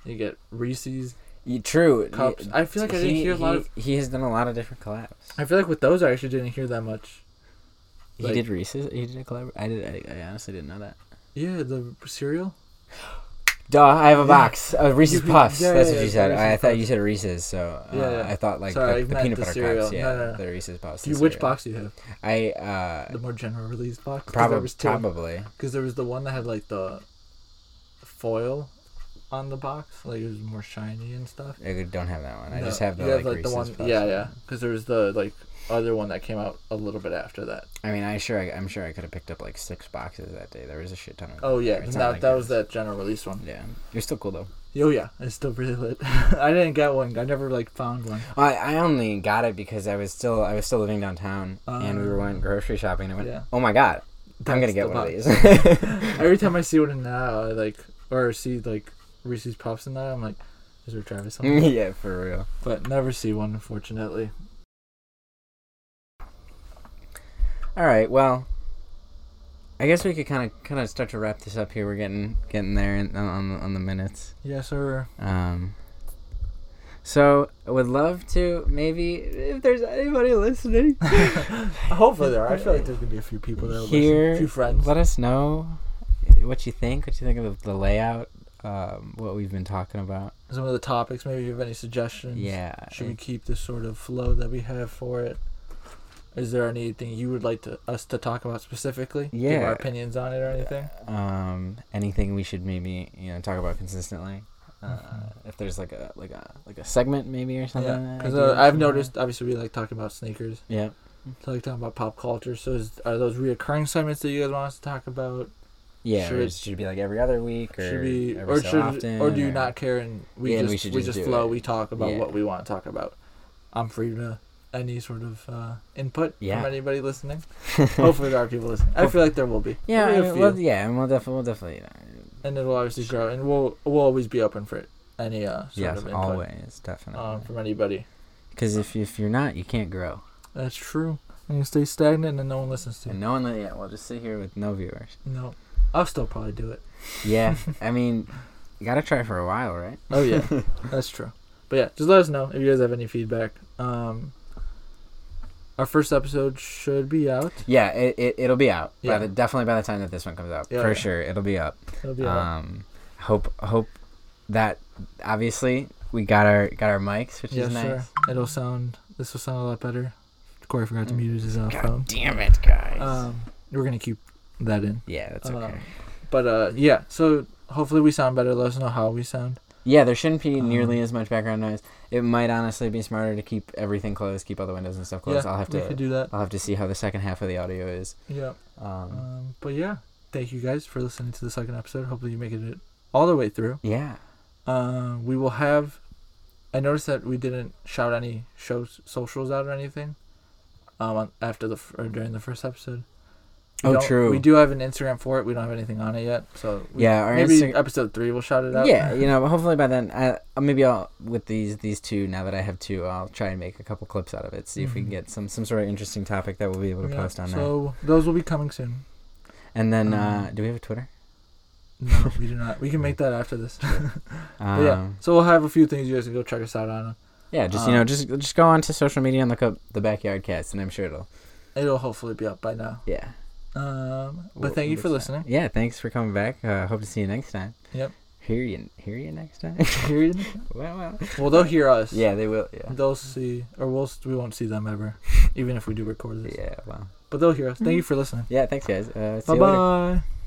[SPEAKER 2] You get Reese's
[SPEAKER 1] Y- True. y-
[SPEAKER 2] cups. I feel like I didn't
[SPEAKER 1] he-
[SPEAKER 2] hear a lot
[SPEAKER 1] he-
[SPEAKER 2] of.
[SPEAKER 1] He has done a lot of different collabs.
[SPEAKER 2] I feel like with those, I actually didn't hear that much.
[SPEAKER 1] He
[SPEAKER 2] Like-
[SPEAKER 1] did Reese's. He did a collab. I did. I, I honestly didn't know that.
[SPEAKER 2] Yeah, the cereal.
[SPEAKER 1] Duh, I have a box. Uh, Reese's
[SPEAKER 2] You could-
[SPEAKER 1] Puffs.
[SPEAKER 2] yeah,
[SPEAKER 1] That's
[SPEAKER 2] yeah,
[SPEAKER 1] what you
[SPEAKER 2] yeah,
[SPEAKER 1] said. I, I
[SPEAKER 2] Reese's
[SPEAKER 1] thought you
[SPEAKER 2] Puffs.
[SPEAKER 1] said Reese's, so uh,
[SPEAKER 2] Yeah, yeah.
[SPEAKER 1] I thought like
[SPEAKER 2] Sorry, I
[SPEAKER 1] the, the
[SPEAKER 2] meant
[SPEAKER 1] peanut
[SPEAKER 2] the
[SPEAKER 1] butter
[SPEAKER 2] cereal.
[SPEAKER 1] cups. Yeah,
[SPEAKER 2] No, no, no.
[SPEAKER 1] the Reese's Puffs.
[SPEAKER 2] Do
[SPEAKER 1] the
[SPEAKER 2] you, which
[SPEAKER 1] cereal.
[SPEAKER 2] box do you have?
[SPEAKER 1] I uh,
[SPEAKER 2] The more general release box.
[SPEAKER 1] probably probably.
[SPEAKER 2] Because there was the one that had like the foil on the box, like it was more shiny and stuff.
[SPEAKER 1] I don't have that one. I
[SPEAKER 2] No,
[SPEAKER 1] just have the
[SPEAKER 2] you
[SPEAKER 1] like, Reese's
[SPEAKER 2] one.
[SPEAKER 1] Puffs.
[SPEAKER 2] Yeah, yeah. Because there was the like other one that came out a little bit after that.
[SPEAKER 1] I mean, I sure I, I'm sure I could have picked up like six boxes that day. There was a shit ton of.
[SPEAKER 2] Oh
[SPEAKER 1] them
[SPEAKER 2] yeah,
[SPEAKER 1] there. It's
[SPEAKER 2] and
[SPEAKER 1] not
[SPEAKER 2] that
[SPEAKER 1] like
[SPEAKER 2] that
[SPEAKER 1] it
[SPEAKER 2] was that general release one.
[SPEAKER 1] Yeah, you're still cool though.
[SPEAKER 2] Oh yeah, it's still really lit. I didn't get one. I never like found one.
[SPEAKER 1] I, I only got it because I was still I was still living downtown and we were going grocery shopping and I went,
[SPEAKER 2] Uh. yeah.
[SPEAKER 1] oh my god, I'm gonna
[SPEAKER 2] That's
[SPEAKER 1] get
[SPEAKER 2] the
[SPEAKER 1] one of
[SPEAKER 2] box.
[SPEAKER 1] these.
[SPEAKER 2] Every time I see one now, I like or see like Reese's Puffs in that, I'm like, is there Travis on? it?
[SPEAKER 1] yeah, for real.
[SPEAKER 2] but never see one, unfortunately.
[SPEAKER 1] All right. Well, I guess we could kind of kind of start to wrap this up here. We're getting getting there in, on- on the, on the minutes.
[SPEAKER 2] Yeah, sir.
[SPEAKER 1] Um, so I would love to maybe if there's anybody listening
[SPEAKER 2] Hopefully there. are. I feel like there's gonna be a few people that will listen.
[SPEAKER 1] here,
[SPEAKER 2] a few friends.
[SPEAKER 1] let us know what you think? What you think of the, the layout? Um, what we've been talking about?
[SPEAKER 2] Some of the topics. Maybe you have any suggestions.
[SPEAKER 1] Yeah.
[SPEAKER 2] Should we keep this sort of flow that we have for it? Is there anything you would like to us to talk about specifically? Give
[SPEAKER 1] Yeah.
[SPEAKER 2] our opinions on it or anything.
[SPEAKER 1] um, anything we should maybe you know talk about consistently. Uh, If there's like a like a like a segment maybe or something.
[SPEAKER 2] Mm-hmm. Yeah. Because
[SPEAKER 1] ideas
[SPEAKER 2] uh, I've
[SPEAKER 1] you have?
[SPEAKER 2] noticed, obviously, we like talking about sneakers.
[SPEAKER 1] Yeah.
[SPEAKER 2] So, like talking about pop culture. So, is, are those reoccurring segments that you guys want us to talk about?
[SPEAKER 1] Yeah.
[SPEAKER 2] Should
[SPEAKER 1] Should,
[SPEAKER 2] it-
[SPEAKER 1] it, should it be like every other week or
[SPEAKER 2] should we,
[SPEAKER 1] every
[SPEAKER 2] or
[SPEAKER 1] so
[SPEAKER 2] should,
[SPEAKER 1] often?
[SPEAKER 2] or do you not care and we
[SPEAKER 1] Yeah, and
[SPEAKER 2] just
[SPEAKER 1] we should
[SPEAKER 2] we,
[SPEAKER 1] just
[SPEAKER 2] just,
[SPEAKER 1] do
[SPEAKER 2] flow?
[SPEAKER 1] it.
[SPEAKER 2] We talk about
[SPEAKER 1] Yeah.
[SPEAKER 2] what we want to talk about. I'm free to any sort of uh, input
[SPEAKER 1] Yeah.
[SPEAKER 2] from anybody listening. Hopefully, there are people listening. I feel like there will be.
[SPEAKER 1] Yeah, I
[SPEAKER 2] There'll be a
[SPEAKER 1] mean,
[SPEAKER 2] few.
[SPEAKER 1] well, yeah, and we'll definitely, we'll definitely, you know,
[SPEAKER 2] and it'll obviously grow, and we'll we'll always be open for any uh, sort
[SPEAKER 1] yes,
[SPEAKER 2] of input
[SPEAKER 1] always,
[SPEAKER 2] um,
[SPEAKER 1] definitely.
[SPEAKER 2] from anybody.
[SPEAKER 1] Because if if you're not, you can't grow,
[SPEAKER 2] That's true. And you stay stagnant, and no one listens to.
[SPEAKER 1] and
[SPEAKER 2] you.
[SPEAKER 1] no one, li- yeah, we'll just sit here with no viewers.
[SPEAKER 2] No, I'll still probably do it.
[SPEAKER 1] Yeah, I mean, you gotta try for a while, right?
[SPEAKER 2] Oh yeah, that's true. But yeah, just let us know if you guys have any feedback. Um, our first episode should be out.
[SPEAKER 1] Yeah, it, it it'll be out.
[SPEAKER 2] Yeah.
[SPEAKER 1] Yeah, the, definitely by the time that this one comes out,
[SPEAKER 2] Yeah,
[SPEAKER 1] for
[SPEAKER 2] yeah.
[SPEAKER 1] sure, it'll be up.
[SPEAKER 2] It'll be out.
[SPEAKER 1] Um, hope hope that obviously we got our got our mics, which
[SPEAKER 2] Yeah,
[SPEAKER 1] is nice.
[SPEAKER 2] sure. It'll sound. This will sound a lot better. Corey forgot to
[SPEAKER 1] Mm.
[SPEAKER 2] mute his uh, phone.
[SPEAKER 1] Damn it, guys.
[SPEAKER 2] Um, we're gonna keep that in.
[SPEAKER 1] yeah, that's
[SPEAKER 2] um,
[SPEAKER 1] okay.
[SPEAKER 2] But uh, yeah. So hopefully we sound better. Let us know how we sound.
[SPEAKER 1] Yeah, there shouldn't be
[SPEAKER 2] Um,
[SPEAKER 1] nearly as much background noise. It might honestly be smarter to keep everything closed, keep all the windows and stuff closed.
[SPEAKER 2] yeah,
[SPEAKER 1] I'll have
[SPEAKER 2] we could
[SPEAKER 1] to
[SPEAKER 2] do that.
[SPEAKER 1] I'll have to see how the second half of the audio is.
[SPEAKER 2] Yeah.
[SPEAKER 1] Um,
[SPEAKER 2] Um, but yeah, thank you guys for listening to the second episode. Hopefully you make it all the way through.
[SPEAKER 1] yeah.
[SPEAKER 2] Uh, we will have. I noticed that we didn't shout any shows socials out or anything. Um, on- after the f- or during the first episode. We
[SPEAKER 1] Oh,
[SPEAKER 2] don't-
[SPEAKER 1] true.
[SPEAKER 2] We do have an Instagram for it. We don't have anything on it yet, so we,
[SPEAKER 1] Yeah, our
[SPEAKER 2] maybe
[SPEAKER 1] Insta-
[SPEAKER 2] episode three we'll shout it out.
[SPEAKER 1] Yeah, you know, hopefully by then, I, uh, maybe I'll with these these two. Now that I have two, I'll try and make a couple clips out of it. See if we
[SPEAKER 2] Mhm.
[SPEAKER 1] can get some some sort of interesting topic that we'll be able to
[SPEAKER 2] Yeah,
[SPEAKER 1] post on there.
[SPEAKER 2] so those will be coming soon.
[SPEAKER 1] And then,
[SPEAKER 2] um,
[SPEAKER 1] uh, do we have a Twitter?
[SPEAKER 2] No, we do not. We can make that after this. But
[SPEAKER 1] Um,
[SPEAKER 2] Oh, yeah,
[SPEAKER 1] yeah,
[SPEAKER 2] so we'll have a few things you guys can go check us out on.
[SPEAKER 1] just you know,
[SPEAKER 2] um,
[SPEAKER 1] just just go on to social media and look up the Backyard Cats, and I'm sure it'll.
[SPEAKER 2] It'll hopefully be up by now.
[SPEAKER 1] Yeah.
[SPEAKER 2] Um, but
[SPEAKER 1] we'll-
[SPEAKER 2] thank you
[SPEAKER 1] we'll
[SPEAKER 2] for
[SPEAKER 1] get
[SPEAKER 2] listening.
[SPEAKER 1] that. Yeah, thanks for coming back. Uh, hope to see you next time.
[SPEAKER 2] Yep.
[SPEAKER 1] Hear you, hear you next time.
[SPEAKER 2] Period.
[SPEAKER 1] well, well.
[SPEAKER 2] Well, they'll hear us.
[SPEAKER 1] Yeah, they will. Yeah.
[SPEAKER 2] They'll see, or we'll s- we won't see them ever, even if we do record this.
[SPEAKER 1] Yeah. Well.
[SPEAKER 2] But they'll hear us. Thank you for listening.
[SPEAKER 1] Yeah. Thanks, guys. Uh, see
[SPEAKER 2] Bye
[SPEAKER 1] you later.
[SPEAKER 2] bye.